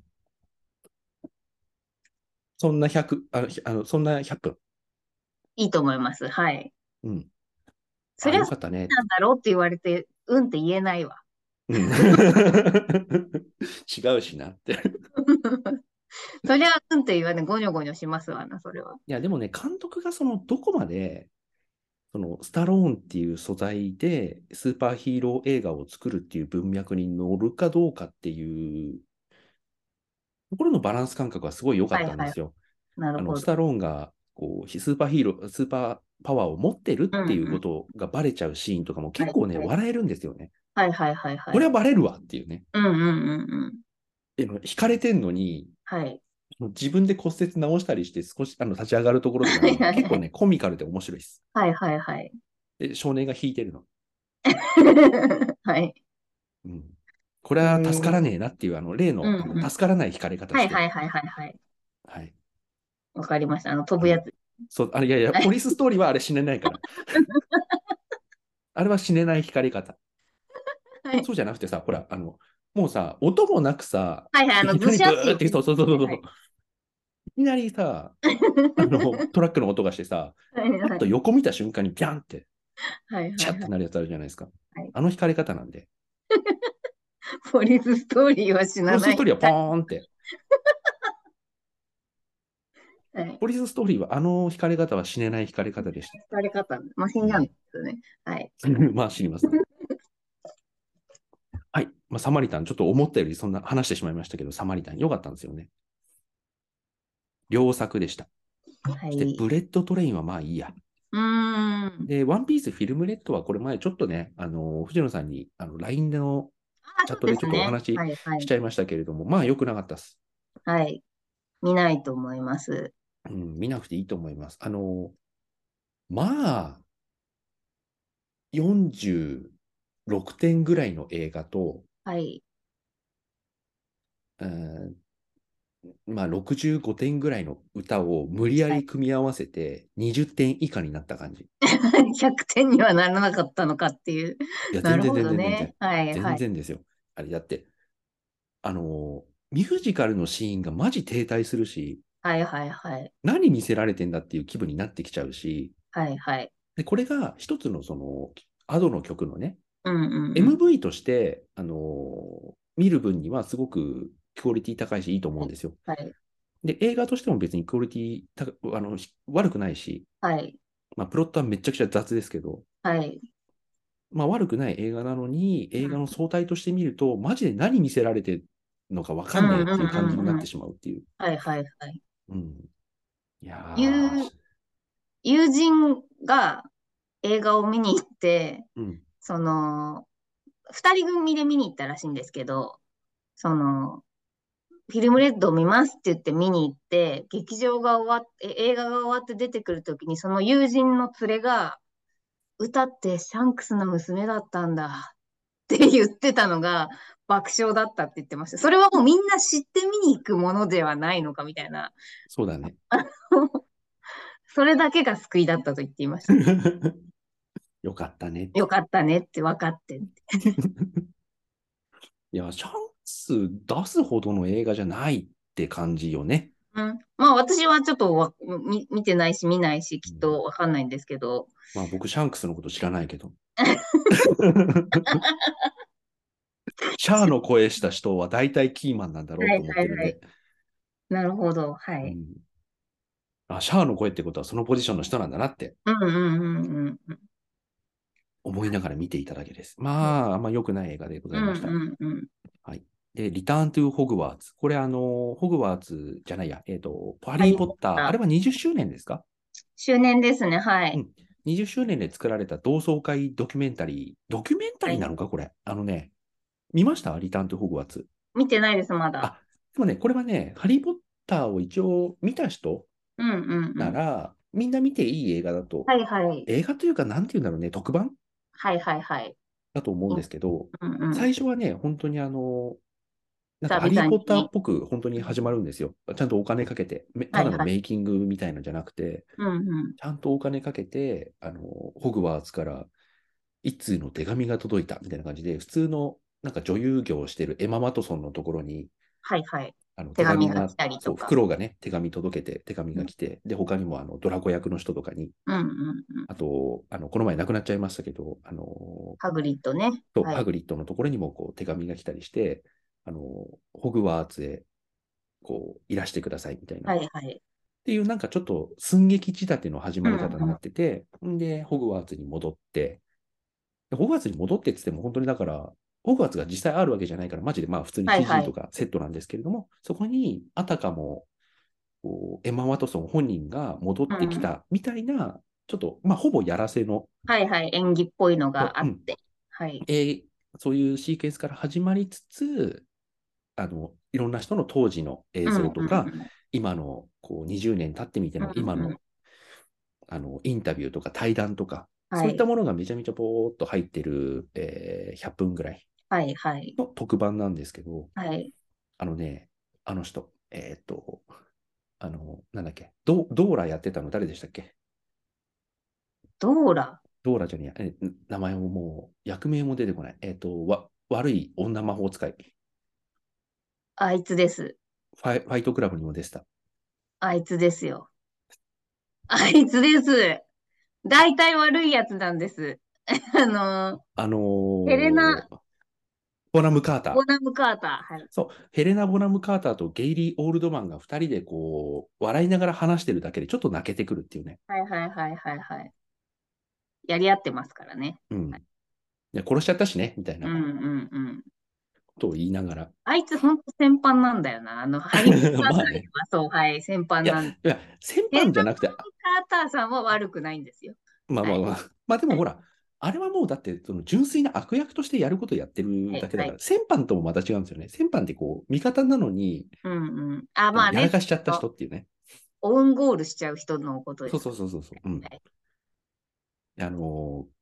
Speaker 1: そんな100、あの、ひあのそんな100分。
Speaker 2: いいと思います。はい。
Speaker 1: うん。
Speaker 2: そ
Speaker 1: あ、
Speaker 2: りゃ
Speaker 1: よ
Speaker 2: そ
Speaker 1: かったね
Speaker 2: う。なんだろうって言われて、うんって言えない わ。
Speaker 1: うん 違うしなって。
Speaker 2: そりゃうんって言わない、ごにょごにょしますわな、それは。
Speaker 1: いや、でもね、監督がそのどこまで、そのスタローンっていう素材でスーパーヒーロー映画を作るっていう文脈に乗るかどうかっていうところのバランス感覚はすごい良かったんですよ。
Speaker 2: なる
Speaker 1: あ
Speaker 2: ほ
Speaker 1: の
Speaker 2: ど
Speaker 1: ス。タローンがこうひスーパーヒーロー、スーパーパワーを持ってるっていうことがバレちゃうシーンとかも結構ね、
Speaker 2: はい
Speaker 1: 笑えるんですよね。
Speaker 2: はいはいはいはい。
Speaker 1: これはバレるわっていうね。
Speaker 2: うんうんうんうん。
Speaker 1: で惹かれてんのに、
Speaker 2: はい。
Speaker 1: 自分で骨折直したりして少しあの立ち上がるところとか
Speaker 2: はいはい
Speaker 1: ね
Speaker 2: はい
Speaker 1: 結構ね、コミカルで面白いです。
Speaker 2: はいは いはい。
Speaker 1: で、少年が弾いてるの。
Speaker 2: はい。
Speaker 1: うん、これは助からねえなっていう、あの、例の、
Speaker 2: うんうん
Speaker 1: あの助からない惹かれ方
Speaker 2: は
Speaker 1: し
Speaker 2: い
Speaker 1: て。
Speaker 2: はいはいはいはい。
Speaker 1: はい
Speaker 2: わかりました。あの、飛ぶやつ。
Speaker 1: そうあれいやいや、
Speaker 2: はい
Speaker 1: ポリスストーリーはあれ死ねない から。あれは死ねない惹かれ方。
Speaker 2: はい
Speaker 1: そうじゃなくてさ、ほら、あの、もうさ、音もなくさ、
Speaker 2: はいはい、あの、
Speaker 1: いきな
Speaker 2: ブ
Speaker 1: り
Speaker 2: シ
Speaker 1: ブ
Speaker 2: ャって
Speaker 1: ーって、そうそうそうそう。
Speaker 2: はい
Speaker 1: いきなり さ、あの、トラックの音がしてさ、
Speaker 2: はいはい
Speaker 1: あと横見た瞬間にビャンって、
Speaker 2: はいはい
Speaker 1: チャッてなるやつあるじゃないですか
Speaker 2: はい。
Speaker 1: あの惹かれ方なんで。
Speaker 2: ポリスストーリーは死
Speaker 1: ポ
Speaker 2: な
Speaker 1: リス
Speaker 2: ない。
Speaker 1: ストーリーはポーンって。
Speaker 2: はい。
Speaker 1: ポリスストーリーはあの惹かれ方は死ねない惹かれ方でした。
Speaker 2: 疲れ方、まあ、死んじゃうんですよね。はい。
Speaker 1: まあ死にます、ね。はい。まあサマリタン、ちょっと思ったよりそんな話してしまいましたけど、サマリタン良かったんですよね。良作でした。
Speaker 2: は
Speaker 1: そして
Speaker 2: い。
Speaker 1: ブレッドトレインはまあいいや。
Speaker 2: うーん。
Speaker 1: で、ワンピースフィルムレッドはこれ前ちょっとね、あの、藤野さんにあの LINE の
Speaker 2: あ
Speaker 1: チャットでちょっとお話し
Speaker 2: そうですね
Speaker 1: しちゃいましたけれども、まあ良くなかったです。
Speaker 2: はいはい。はい。見ないと思います。
Speaker 1: うん、見なくていいと思います。あの、まあ、46点ぐらいの映画と、
Speaker 2: はい。
Speaker 1: うんまあ65点ぐらいの歌を無理やり組み合わせて20点以下になった感じ。
Speaker 2: 100点にはならなかったのかっていう。
Speaker 1: いや、
Speaker 2: な
Speaker 1: 全
Speaker 2: る
Speaker 1: 然
Speaker 2: ほ
Speaker 1: 全
Speaker 2: ど
Speaker 1: 然全
Speaker 2: ね
Speaker 1: 然。。
Speaker 2: はいは
Speaker 1: 全
Speaker 2: い。
Speaker 1: 然ですよ。あれだって、あの、ミュージカルのシーンがマジ停滞するし、
Speaker 2: はいはいはい。
Speaker 1: 何見せられてんだっていう気分になってきちゃうし、
Speaker 2: はいはい。
Speaker 1: で、これが一つのその、アドの曲のね、
Speaker 2: うんうんうん。
Speaker 1: MV として、あのー見る分にはすごくクオリティ高いし、いいと思うんですよ。
Speaker 2: はい。
Speaker 1: で、映画としても別にクオリティ高あのひ悪くないし、
Speaker 2: はい。
Speaker 1: まあ、プロットはめちゃくちゃ雑ですけど、
Speaker 2: はい。
Speaker 1: まあ、悪くない映画なのに、映画の総体として見ると、マジで何見せられてるのか分かんないっていう感じになってしまうっていう。
Speaker 2: はいはいはい。
Speaker 1: うん。いや
Speaker 2: 言
Speaker 1: ー
Speaker 2: う、友人が映画を見に行って、
Speaker 1: うん、
Speaker 2: その、二人組で見に行ったらしいんですけど、その、フィルムレッドを見ますって言って見に行って、劇場が終わって、映画が終わって出てくるときに、その友人の連れが、歌ってシャンクスの娘だったんだって言ってたのが爆笑だったって言ってました。それはもうみんな知って見に行くものではないのかみたいな、
Speaker 1: そうだね。
Speaker 2: それだけが救いだったと言っていました。
Speaker 1: よかったねって。
Speaker 2: よかったねって分かってって。
Speaker 1: いや、チャンス出すほどの映画じゃないって感じよね。
Speaker 2: うん、まあ私はちょっとわみ見てないし見ないしきっとわかんないんですけど、
Speaker 1: まあ僕、シャンクスのこと知らないけ ど。シャアの声した人は大体キーマンなんだろうと思ってるん
Speaker 2: はいはい
Speaker 1: で。
Speaker 2: なるほど、はい。
Speaker 1: うんあ、シャアの声ってことはそのポジションの人なんだなって
Speaker 2: うんうんうんうん。
Speaker 1: 思いながら見ていただけです。まあ、あんま良くない映画でござ
Speaker 2: う
Speaker 1: い
Speaker 2: ん
Speaker 1: ました。
Speaker 2: うんうん。
Speaker 1: で、リターントゥホグワーツ。これあの、ホグワーツじゃないや、えっ、と、ハリー・ポッター。
Speaker 2: ハリーポッター
Speaker 1: あれは20周年ですか
Speaker 2: 周年ですね、はい。
Speaker 1: 20周年で作られた同窓会ドキュメンタリー。ドキュメンタリーなのか、これ。あのね、見ましたリターントゥホグワーツ。
Speaker 2: 見てないです、まだ。
Speaker 1: でもね、これはね、ハリー・ポッターを一応見た人
Speaker 2: うんうんうん。
Speaker 1: なら、みんな見ていい映画だと、
Speaker 2: はいはい。
Speaker 1: 映画というか、なんて言うんだろうね、特番
Speaker 2: はいはいはい。
Speaker 1: だと思うんですけど、
Speaker 2: うんうん。
Speaker 1: 最初はね、本当にあの、なんかハリ
Speaker 2: 久
Speaker 1: ー・
Speaker 2: 々に
Speaker 1: ポッターっぽく本当に始まるんですよ。ちゃんとお金かけて、めただ
Speaker 2: はい
Speaker 1: の
Speaker 2: はい
Speaker 1: メイキングみたいなのじゃなくて、
Speaker 2: うんうん。
Speaker 1: ちゃんとお金かけて、あの、ホグワーツから一通の手紙が届いたみたいな感じで、普通のなんか女優業をしてるエマ・ワトソンのところに、
Speaker 2: はいはい。
Speaker 1: あの
Speaker 2: 手紙
Speaker 1: 手
Speaker 2: が来たり
Speaker 1: そ
Speaker 2: と
Speaker 1: う、
Speaker 2: か
Speaker 1: フクロウがね、手紙届けて、手紙が来て、で、他にもあのドラゴ役の人とかに、
Speaker 2: うんうんうん。
Speaker 1: あと、あのこの前亡くなっちゃいましたけど、あの
Speaker 2: ハグリッドね。
Speaker 1: と、
Speaker 2: はい
Speaker 1: ハグリッドのところにもこう手紙が来たりして、あのホグワーツへこういらしてくださいみたいな、
Speaker 2: は
Speaker 1: っ
Speaker 2: いはい。
Speaker 1: ていうなんかちょっと寸劇仕立ての始まり方になってて、んで、ホグワーツに戻って、でホグワーツに戻ってって言っても本当にだから、ホグワーツが実際あるわけじゃないから、マジでまあ普通に
Speaker 2: はいはい
Speaker 1: CG とかセットなんですけれども、そこにあたかもこうエマ・ワトソン本人が戻ってきたみたいな、ちょっと、まあ、ほぼやらせの
Speaker 2: はいはい。演技っぽいのがあっ
Speaker 1: うん
Speaker 2: て。はい。
Speaker 1: えーそういうシーケンスから始まりつつ、あのいろんな人の当時の映像とか、
Speaker 2: うんうんうん
Speaker 1: 今のこう20年経ってみての今の,、
Speaker 2: うんうん
Speaker 1: あのインタビューとか対談とか、
Speaker 2: は
Speaker 1: そうい
Speaker 2: い
Speaker 1: ったものがめちゃめちゃぽーっと入ってる、えー100分ぐらい
Speaker 2: はいはい。
Speaker 1: の特番なんですけど、
Speaker 2: はい。
Speaker 1: あのね、あの人、えーっと、あの、なんだっけ、ドドーラやってたの誰でしたっけ
Speaker 2: ドーラ。
Speaker 1: ドーラじゃねえや、え名前ももう、役名も出てこない。えーっと、わ悪い女魔法使い。
Speaker 2: あいつです。
Speaker 1: ファイファイトクラブにも出てた。
Speaker 2: あいつですよ。あいつです。大体悪いやつなんです。 あの
Speaker 1: あのー
Speaker 2: ヘレナ・
Speaker 1: ボナム・カータ
Speaker 2: ー、
Speaker 1: ー
Speaker 2: ボ。ナム・カーター。はい。
Speaker 1: そう、ヘレナ・ボナム・カーターとゲイリー・オールドマンが2人でこう、笑いながら話してるだけでちょっと泣けてくるっていうね。
Speaker 2: はいはいはいはいはい。やり合ってますからね。
Speaker 1: うん。いや、殺しちゃったしね、みたい
Speaker 2: うん
Speaker 1: な
Speaker 2: う
Speaker 1: こ
Speaker 2: んうん。
Speaker 1: とを言いながら。
Speaker 2: あいつ本当先輩なんだよな。あの、ハリー・カー ター
Speaker 1: まあ
Speaker 2: は
Speaker 1: ね
Speaker 2: そう、はい、先輩なんで。
Speaker 1: いや、先般じゃなくて、
Speaker 2: カーターさんは悪くないんですよ。
Speaker 1: まあまあまあ。まあでもほら、あれはもうだって、その純粋な悪役としてやることやってるだけだ
Speaker 2: はい
Speaker 1: か
Speaker 2: は
Speaker 1: ら、先般ともまた違うんですよね。先般ってこう、味方なのに、
Speaker 2: うんうん。あ、まあ
Speaker 1: やら
Speaker 2: ね、
Speaker 1: かしちゃった人っていうね。
Speaker 2: オウンゴールしちゃう人のことです。
Speaker 1: そうそうそうそうそう。うん
Speaker 2: は。
Speaker 1: あのー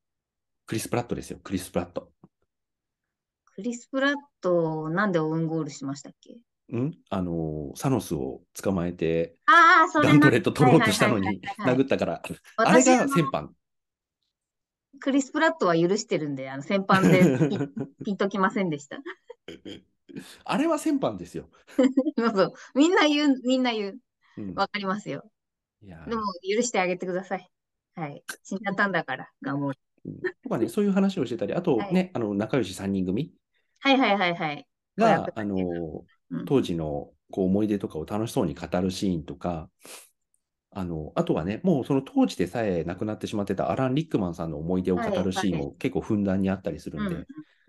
Speaker 1: クリス・プラットですよ、クリス・プラット。
Speaker 2: クリス・プラット、なんでオウンゴールしましたっけ
Speaker 1: うんあのーサノスを捕まえて、
Speaker 2: ああ、それ
Speaker 1: ガ
Speaker 2: な
Speaker 1: ントレット取ろうとしたの
Speaker 2: はい
Speaker 1: に
Speaker 2: はいはいはい
Speaker 1: 殴ったから、あれ
Speaker 2: 私
Speaker 1: が
Speaker 2: あの
Speaker 1: 先般。
Speaker 2: クリス・プラットは許してるんで、あの先般 でピ ピンときませんでした。
Speaker 1: あれは先般ですよ。
Speaker 2: そうそう。みんな言う、みんな言う。
Speaker 1: うん
Speaker 2: わかりますよ。
Speaker 1: いやー
Speaker 2: でも、許してあげてください。はい。死んじゃったんだから、ガモール。
Speaker 1: とかね、そういう話をしてたり、あとね、あの仲良し3人組
Speaker 2: はいはいはいはい。子
Speaker 1: が
Speaker 2: 役、
Speaker 1: あのー
Speaker 2: うん
Speaker 1: 当時のこう思い出とかを楽しそうに語るシーンとか、あのあとはね、もうその当時でさえ亡くなってしまってたアラン・リックマンさんの思い出を語るシーン
Speaker 2: はい
Speaker 1: も結構ふんだんにあったりするんで、
Speaker 2: うんうん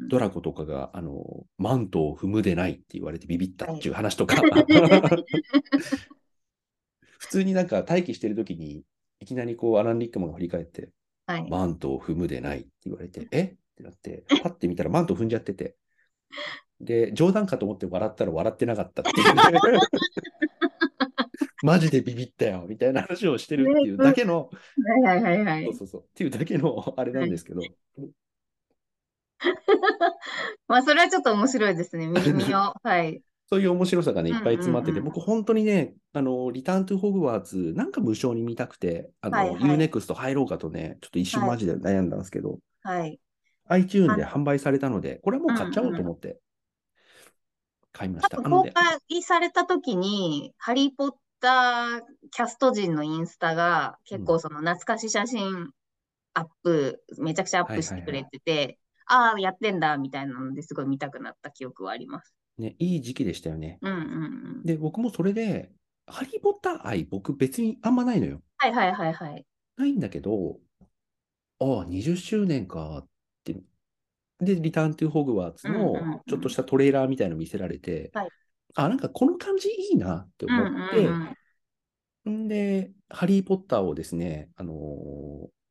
Speaker 1: ドラゴとかがあのマントを踏むでないって言われてビビったっていう話とか、普通になんか待機してる時にいきなりこうアラン・リックマンが振り返って、
Speaker 2: はい。
Speaker 1: マントを踏むでないって言われて、えってなって、パッて見たらマント踏んじゃってて、で、冗談かと思って笑ったら笑ってなかったっていうね、マジでビビったよみたいな話をしてるっていうだけの、
Speaker 2: はいはいはいはい
Speaker 1: そう。そうそう、っていうだけのあれなんですけど、
Speaker 2: まあ、それはちょっと面白いですね。見見よう。はい。
Speaker 1: そういう面白さがね、い
Speaker 2: うん
Speaker 1: っぱい詰まってて、
Speaker 2: うんうん
Speaker 1: 僕、本当にね、あの、リターントゥ・ホグワーツ、なんか無償に見たくて、あの、
Speaker 2: はいはい
Speaker 1: UNEXT 入ろうかとね、ちょっと一瞬
Speaker 2: はい
Speaker 1: マジで悩んだんですけど、
Speaker 2: はい。
Speaker 1: iTune で販売されたので、これはもう買っちゃおうと思って、買いまし
Speaker 2: 多
Speaker 1: た。
Speaker 2: 分
Speaker 1: あの
Speaker 2: 公
Speaker 1: ね、
Speaker 2: 開された時に、ハリー・ポッターキャスト陣のインスタが結構その懐かし写真アップ、めちゃくちゃアップしてくれてて、ああ、やってんだみたいなのですごい見たくなった記憶はあります。
Speaker 1: ね、いい時期でしたよね。
Speaker 2: うんうんうん。
Speaker 1: で、僕もそれで、ハリー・ポッター愛、僕別にあんまないのよ。
Speaker 2: はいはいはいはい。
Speaker 1: ないんだけど、ああ、20周年かって。で、リターン・トゥ・ホグワーツ
Speaker 2: うんうんうん
Speaker 1: のちょっとしたトレーラーみたいの見せられて、
Speaker 2: はい
Speaker 1: あ、なんかこの感じいいなって
Speaker 2: うん
Speaker 1: 思って、
Speaker 2: うんうん。
Speaker 1: んで、ハリー・ポッターをですね、あのー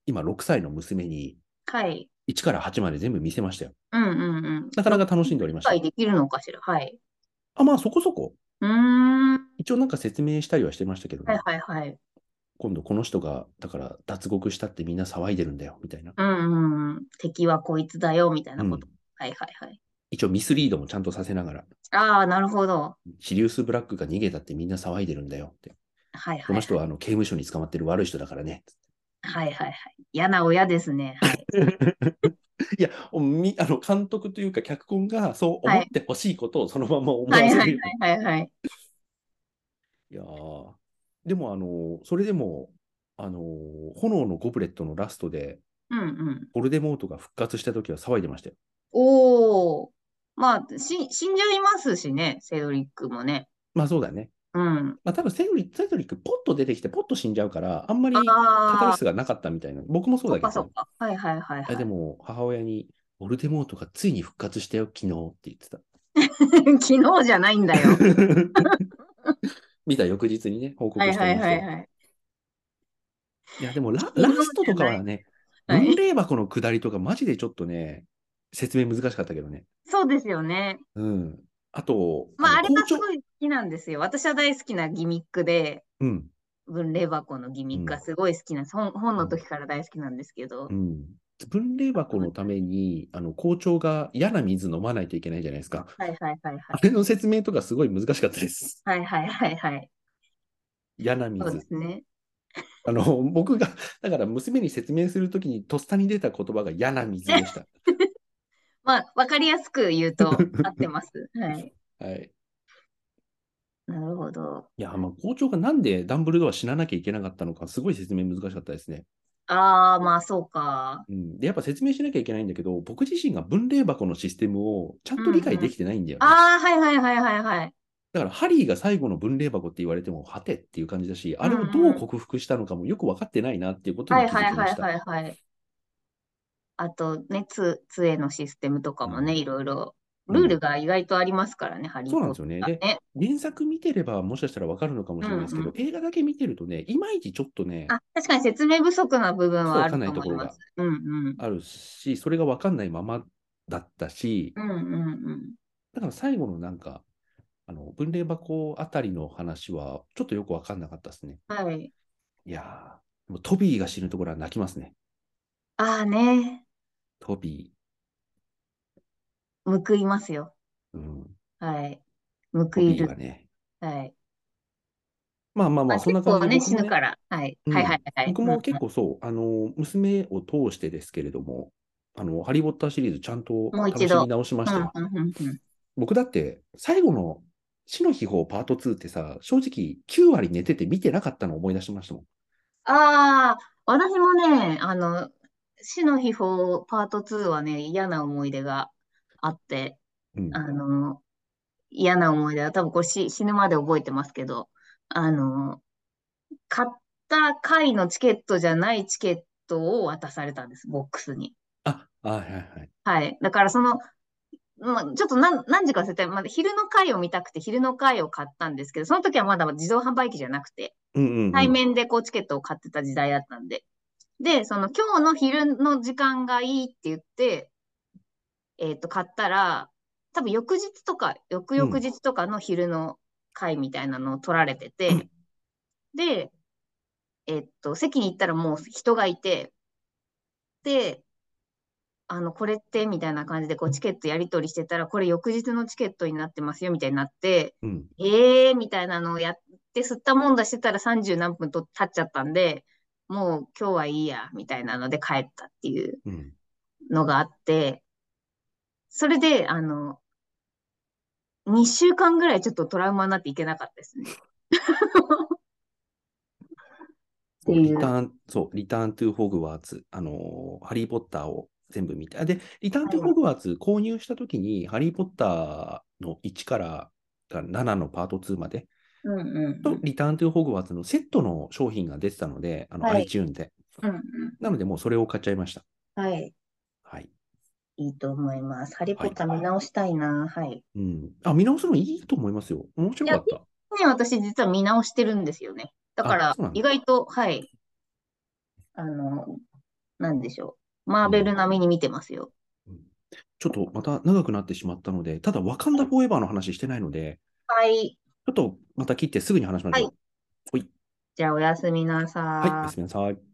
Speaker 1: 今6歳の娘に
Speaker 2: はい。
Speaker 1: 1から8まで全部見せましたよ。
Speaker 2: うんうんうん。
Speaker 1: なかなか楽しんでおりま
Speaker 2: 理
Speaker 1: した
Speaker 2: 解。できるのかしら。はい。
Speaker 1: あ、まあそこそこ。
Speaker 2: うーん。
Speaker 1: 一応なんか説明したりはしてましたけどね、
Speaker 2: はいはいはい。
Speaker 1: 今度この人が、だから脱獄したってみんな騒いでるんだよ、みたいな。
Speaker 2: うんうんうん。敵はこいつだよ、みたいな
Speaker 1: うん
Speaker 2: こと。はいはいはい。
Speaker 1: 一応ミスリードもちゃんとさせながら。
Speaker 2: ああ、なるほど。
Speaker 1: シリウス・ブラックが逃げたってみんな騒いでるんだよって。
Speaker 2: はい
Speaker 1: こ
Speaker 2: は
Speaker 1: の
Speaker 2: い。
Speaker 1: 人はあの刑務所に捕まってる悪い人だからね。
Speaker 2: はいはいはい。嫌な親ですね。はい。
Speaker 1: いや、み あの監督というか脚本がそう
Speaker 2: は
Speaker 1: 思
Speaker 2: い
Speaker 1: ってほしいことをそのまま思わ
Speaker 2: はい
Speaker 1: せ
Speaker 2: は
Speaker 1: る。
Speaker 2: いはいはいはい。
Speaker 1: いやーでもあの、それでも、あの、炎のゴブレットのラストで、
Speaker 2: うんうん。
Speaker 1: ボルデモートが復活したときは騒いでましたよ。
Speaker 2: おー。まあ、し、死んじゃいますしね、セドリックもね。
Speaker 1: まあそうだね。
Speaker 2: うん。
Speaker 1: まあ多分セドリセドリック、ポッと出てきて、ポッと死んじゃうから、あんまりカタル
Speaker 2: ああ、
Speaker 1: シスがなかったみたいな。僕もそう
Speaker 2: そ
Speaker 1: だ
Speaker 2: っ
Speaker 1: けど
Speaker 2: か
Speaker 1: ね、
Speaker 2: そっか。はいはいはい
Speaker 1: あで
Speaker 2: は
Speaker 1: も、母親に、ボルデモートがついに復活したよ、昨日って言ってた。
Speaker 2: い。 昨日じゃないんだ よ。
Speaker 1: 見た翌日にね、報告
Speaker 2: はい
Speaker 1: して
Speaker 2: はい
Speaker 1: ました
Speaker 2: は
Speaker 1: よ。
Speaker 2: いはい。
Speaker 1: いや、でもラ、
Speaker 2: いい
Speaker 1: ラ
Speaker 2: もの
Speaker 1: ストとかはね、
Speaker 2: じゃないは
Speaker 1: 分
Speaker 2: い
Speaker 1: 霊箱の下りとか、マジでちょっとね、説明難しかったけどね。
Speaker 2: そうですよね。
Speaker 1: うん。あと、
Speaker 2: まあ、あ
Speaker 1: の
Speaker 2: れ
Speaker 1: 校
Speaker 2: がす
Speaker 1: 長
Speaker 2: ごい好きなんですよ。私は大好きなギミックで、
Speaker 1: うん。
Speaker 2: 分霊箱のギミックがすごい好きなんです。本、本の時から大好きなんですけど
Speaker 1: う。ん。分霊箱のために、あの、校長が嫌な水飲まないといけないじゃないですか。
Speaker 2: はいはいはいは
Speaker 1: あ
Speaker 2: い。
Speaker 1: れの説明とかすごい難しかったです。
Speaker 2: はいはいはいはい。
Speaker 1: 嫌な
Speaker 2: そうで
Speaker 1: 水。
Speaker 2: すね。
Speaker 1: あの、僕が、だから娘に説明するときに、とっさに出た言葉が嫌な水でした。
Speaker 2: まあ、わかりやすく言う と合ってます。はい。
Speaker 1: はい。
Speaker 2: なるほど。
Speaker 1: いや、まあ、校長がなんでダンブルドア死ななきゃいけなかったのか、すごい説明難しかったですね。
Speaker 2: ああ、まあそうか。
Speaker 1: うん、で、やっぱ説明しなきゃいけないんだけど、僕自身が分霊箱のシステムをちゃんと理解できてないんだよね。
Speaker 2: ああ、はいはいはいはいはい。
Speaker 1: だから、ハリーが最後の分霊箱って言われても、はてっていう感じだし、あれを
Speaker 2: うん
Speaker 1: ど
Speaker 2: う
Speaker 1: うん克服したのかもよく分かってないなっていうこと
Speaker 2: は
Speaker 1: に
Speaker 2: い
Speaker 1: 気づ
Speaker 2: はい
Speaker 1: きま
Speaker 2: はい
Speaker 1: した。
Speaker 2: はいはい。あとね、つ、杖のシステムとかもね、
Speaker 1: うん
Speaker 2: いろいろ、ルールが意外とありますからね、ハリー・
Speaker 1: そうなんで
Speaker 2: ポッ
Speaker 1: すよね。
Speaker 2: タ
Speaker 1: で、
Speaker 2: ーね。
Speaker 1: 原作見てればもしかしたら分かるのかもしれないですけど、
Speaker 2: う
Speaker 1: 映画だけ見てるとね、いまいちちょっとね、
Speaker 2: あ、確かに説明不足な部分はあ
Speaker 1: そうわ
Speaker 2: る
Speaker 1: かんない
Speaker 2: と思
Speaker 1: ところ
Speaker 2: い
Speaker 1: が
Speaker 2: ます。うんうん。
Speaker 1: あるし、それが分かんないままだったし、
Speaker 2: うんうんうん。
Speaker 1: だから最後のなんか、あの分霊箱あたりの話は、ちょっとよく分かんなかったですね。
Speaker 2: はい。
Speaker 1: いやー、でもトビーが死ぬところは泣きますね。
Speaker 2: ああね、
Speaker 1: トビ
Speaker 2: 報いますよ。
Speaker 1: ー。うん、
Speaker 2: はい。報
Speaker 1: ト
Speaker 2: い
Speaker 1: ビー
Speaker 2: る。
Speaker 1: がね。
Speaker 2: はい。
Speaker 1: まあまあま
Speaker 2: ま
Speaker 1: あ、
Speaker 2: あ
Speaker 1: そんな
Speaker 2: 結構
Speaker 1: 感じで
Speaker 2: ね、
Speaker 1: 僕
Speaker 2: 死
Speaker 1: も
Speaker 2: ぬから。はい。
Speaker 1: うん
Speaker 2: はいはいはい。
Speaker 1: 僕も結構そう、あの、娘を通してですけれども、あの、ハリー・ポッターシリーズちゃんと
Speaker 2: もう一
Speaker 1: 楽し
Speaker 2: 度
Speaker 1: み直しましたよ。
Speaker 2: うんうんうんうん。
Speaker 1: 僕だって、最後の死の秘宝パート2ってさ、正直9割寝てて見てなかったのを思い出しましたもん。
Speaker 2: ああ、私もね、あの、死の秘宝パート2はね、嫌な思い出があって、
Speaker 1: うん
Speaker 2: あの、嫌な思い出は、多分これ死、死ぬまで覚えてますけど、あの、買った回のチケットじゃないチケットを渡されたんです、ボックスに。
Speaker 1: あ、あはいはい。
Speaker 2: はい。だからその、まあ、ちょっと何、何時か忘れて、まだ昼の回を見たくて、昼の回を買ったんですけど、その時はまだ自動販売機じゃなくて、
Speaker 1: うんうんうん。
Speaker 2: 対面でこうチケットを買ってた時代だったんで。で、その今日の昼の時間がいいって言って、えっと、買ったら、多分翌日とか、翌々日とかの昼の会みたいなのを取られてて、
Speaker 1: うん
Speaker 2: で、えっと、席に行ったらもう人がいて、で、あの、これって、みたいな感じで、こう、チケットやり取りしてたら、これ翌日のチケットになってますよ、みたいになって、
Speaker 1: うん。
Speaker 2: ええー、みたいなのをやって、吸ったもんだしてたら30何分と経っちゃったんで、もう今日はいいや、みたいなので帰ったっていう
Speaker 1: うん。
Speaker 2: のがあって、それで、あの、2週間ぐらいちょっとトラウマになっていけなかったですね。
Speaker 1: そう
Speaker 2: っていう
Speaker 1: リターン、そう、リターントゥ・ホグワーツ、あのーハリー・ポッターを全部見て、あで、リターントゥ・
Speaker 2: はい
Speaker 1: ホグワーツ購入したときに、ハリー・ポッターの1から7のパート2まで、
Speaker 2: うんうんう
Speaker 1: と
Speaker 2: ん。
Speaker 1: リターントゥ・ホグワーツのセットの商品が出てたので、あの、
Speaker 2: はい
Speaker 1: iTune で。
Speaker 2: うんうん。
Speaker 1: なので、もうそれを買っちゃいました。
Speaker 2: はい。
Speaker 1: はい。
Speaker 2: いいと思います。ハリー
Speaker 1: はい
Speaker 2: ポッター見直したいな。はい。
Speaker 1: うん。あ、見直すのいいと思いますよ。面白かった。
Speaker 2: ね、私実は見直してるんですよね。だか
Speaker 1: あ
Speaker 2: ら
Speaker 1: そうなんだ
Speaker 2: 意外と、はい。あの、なんでしょう。マーベル並みに見てますよ。
Speaker 1: ちょっとまた長くなってしまったので、ただ、ワカンダ・フォーエバーの話してないので、
Speaker 2: は
Speaker 1: ち
Speaker 2: い。
Speaker 1: ょっとまた切ってすぐに話しましょう。
Speaker 2: じゃあおやすみなさ
Speaker 1: はい、おやすみなさい。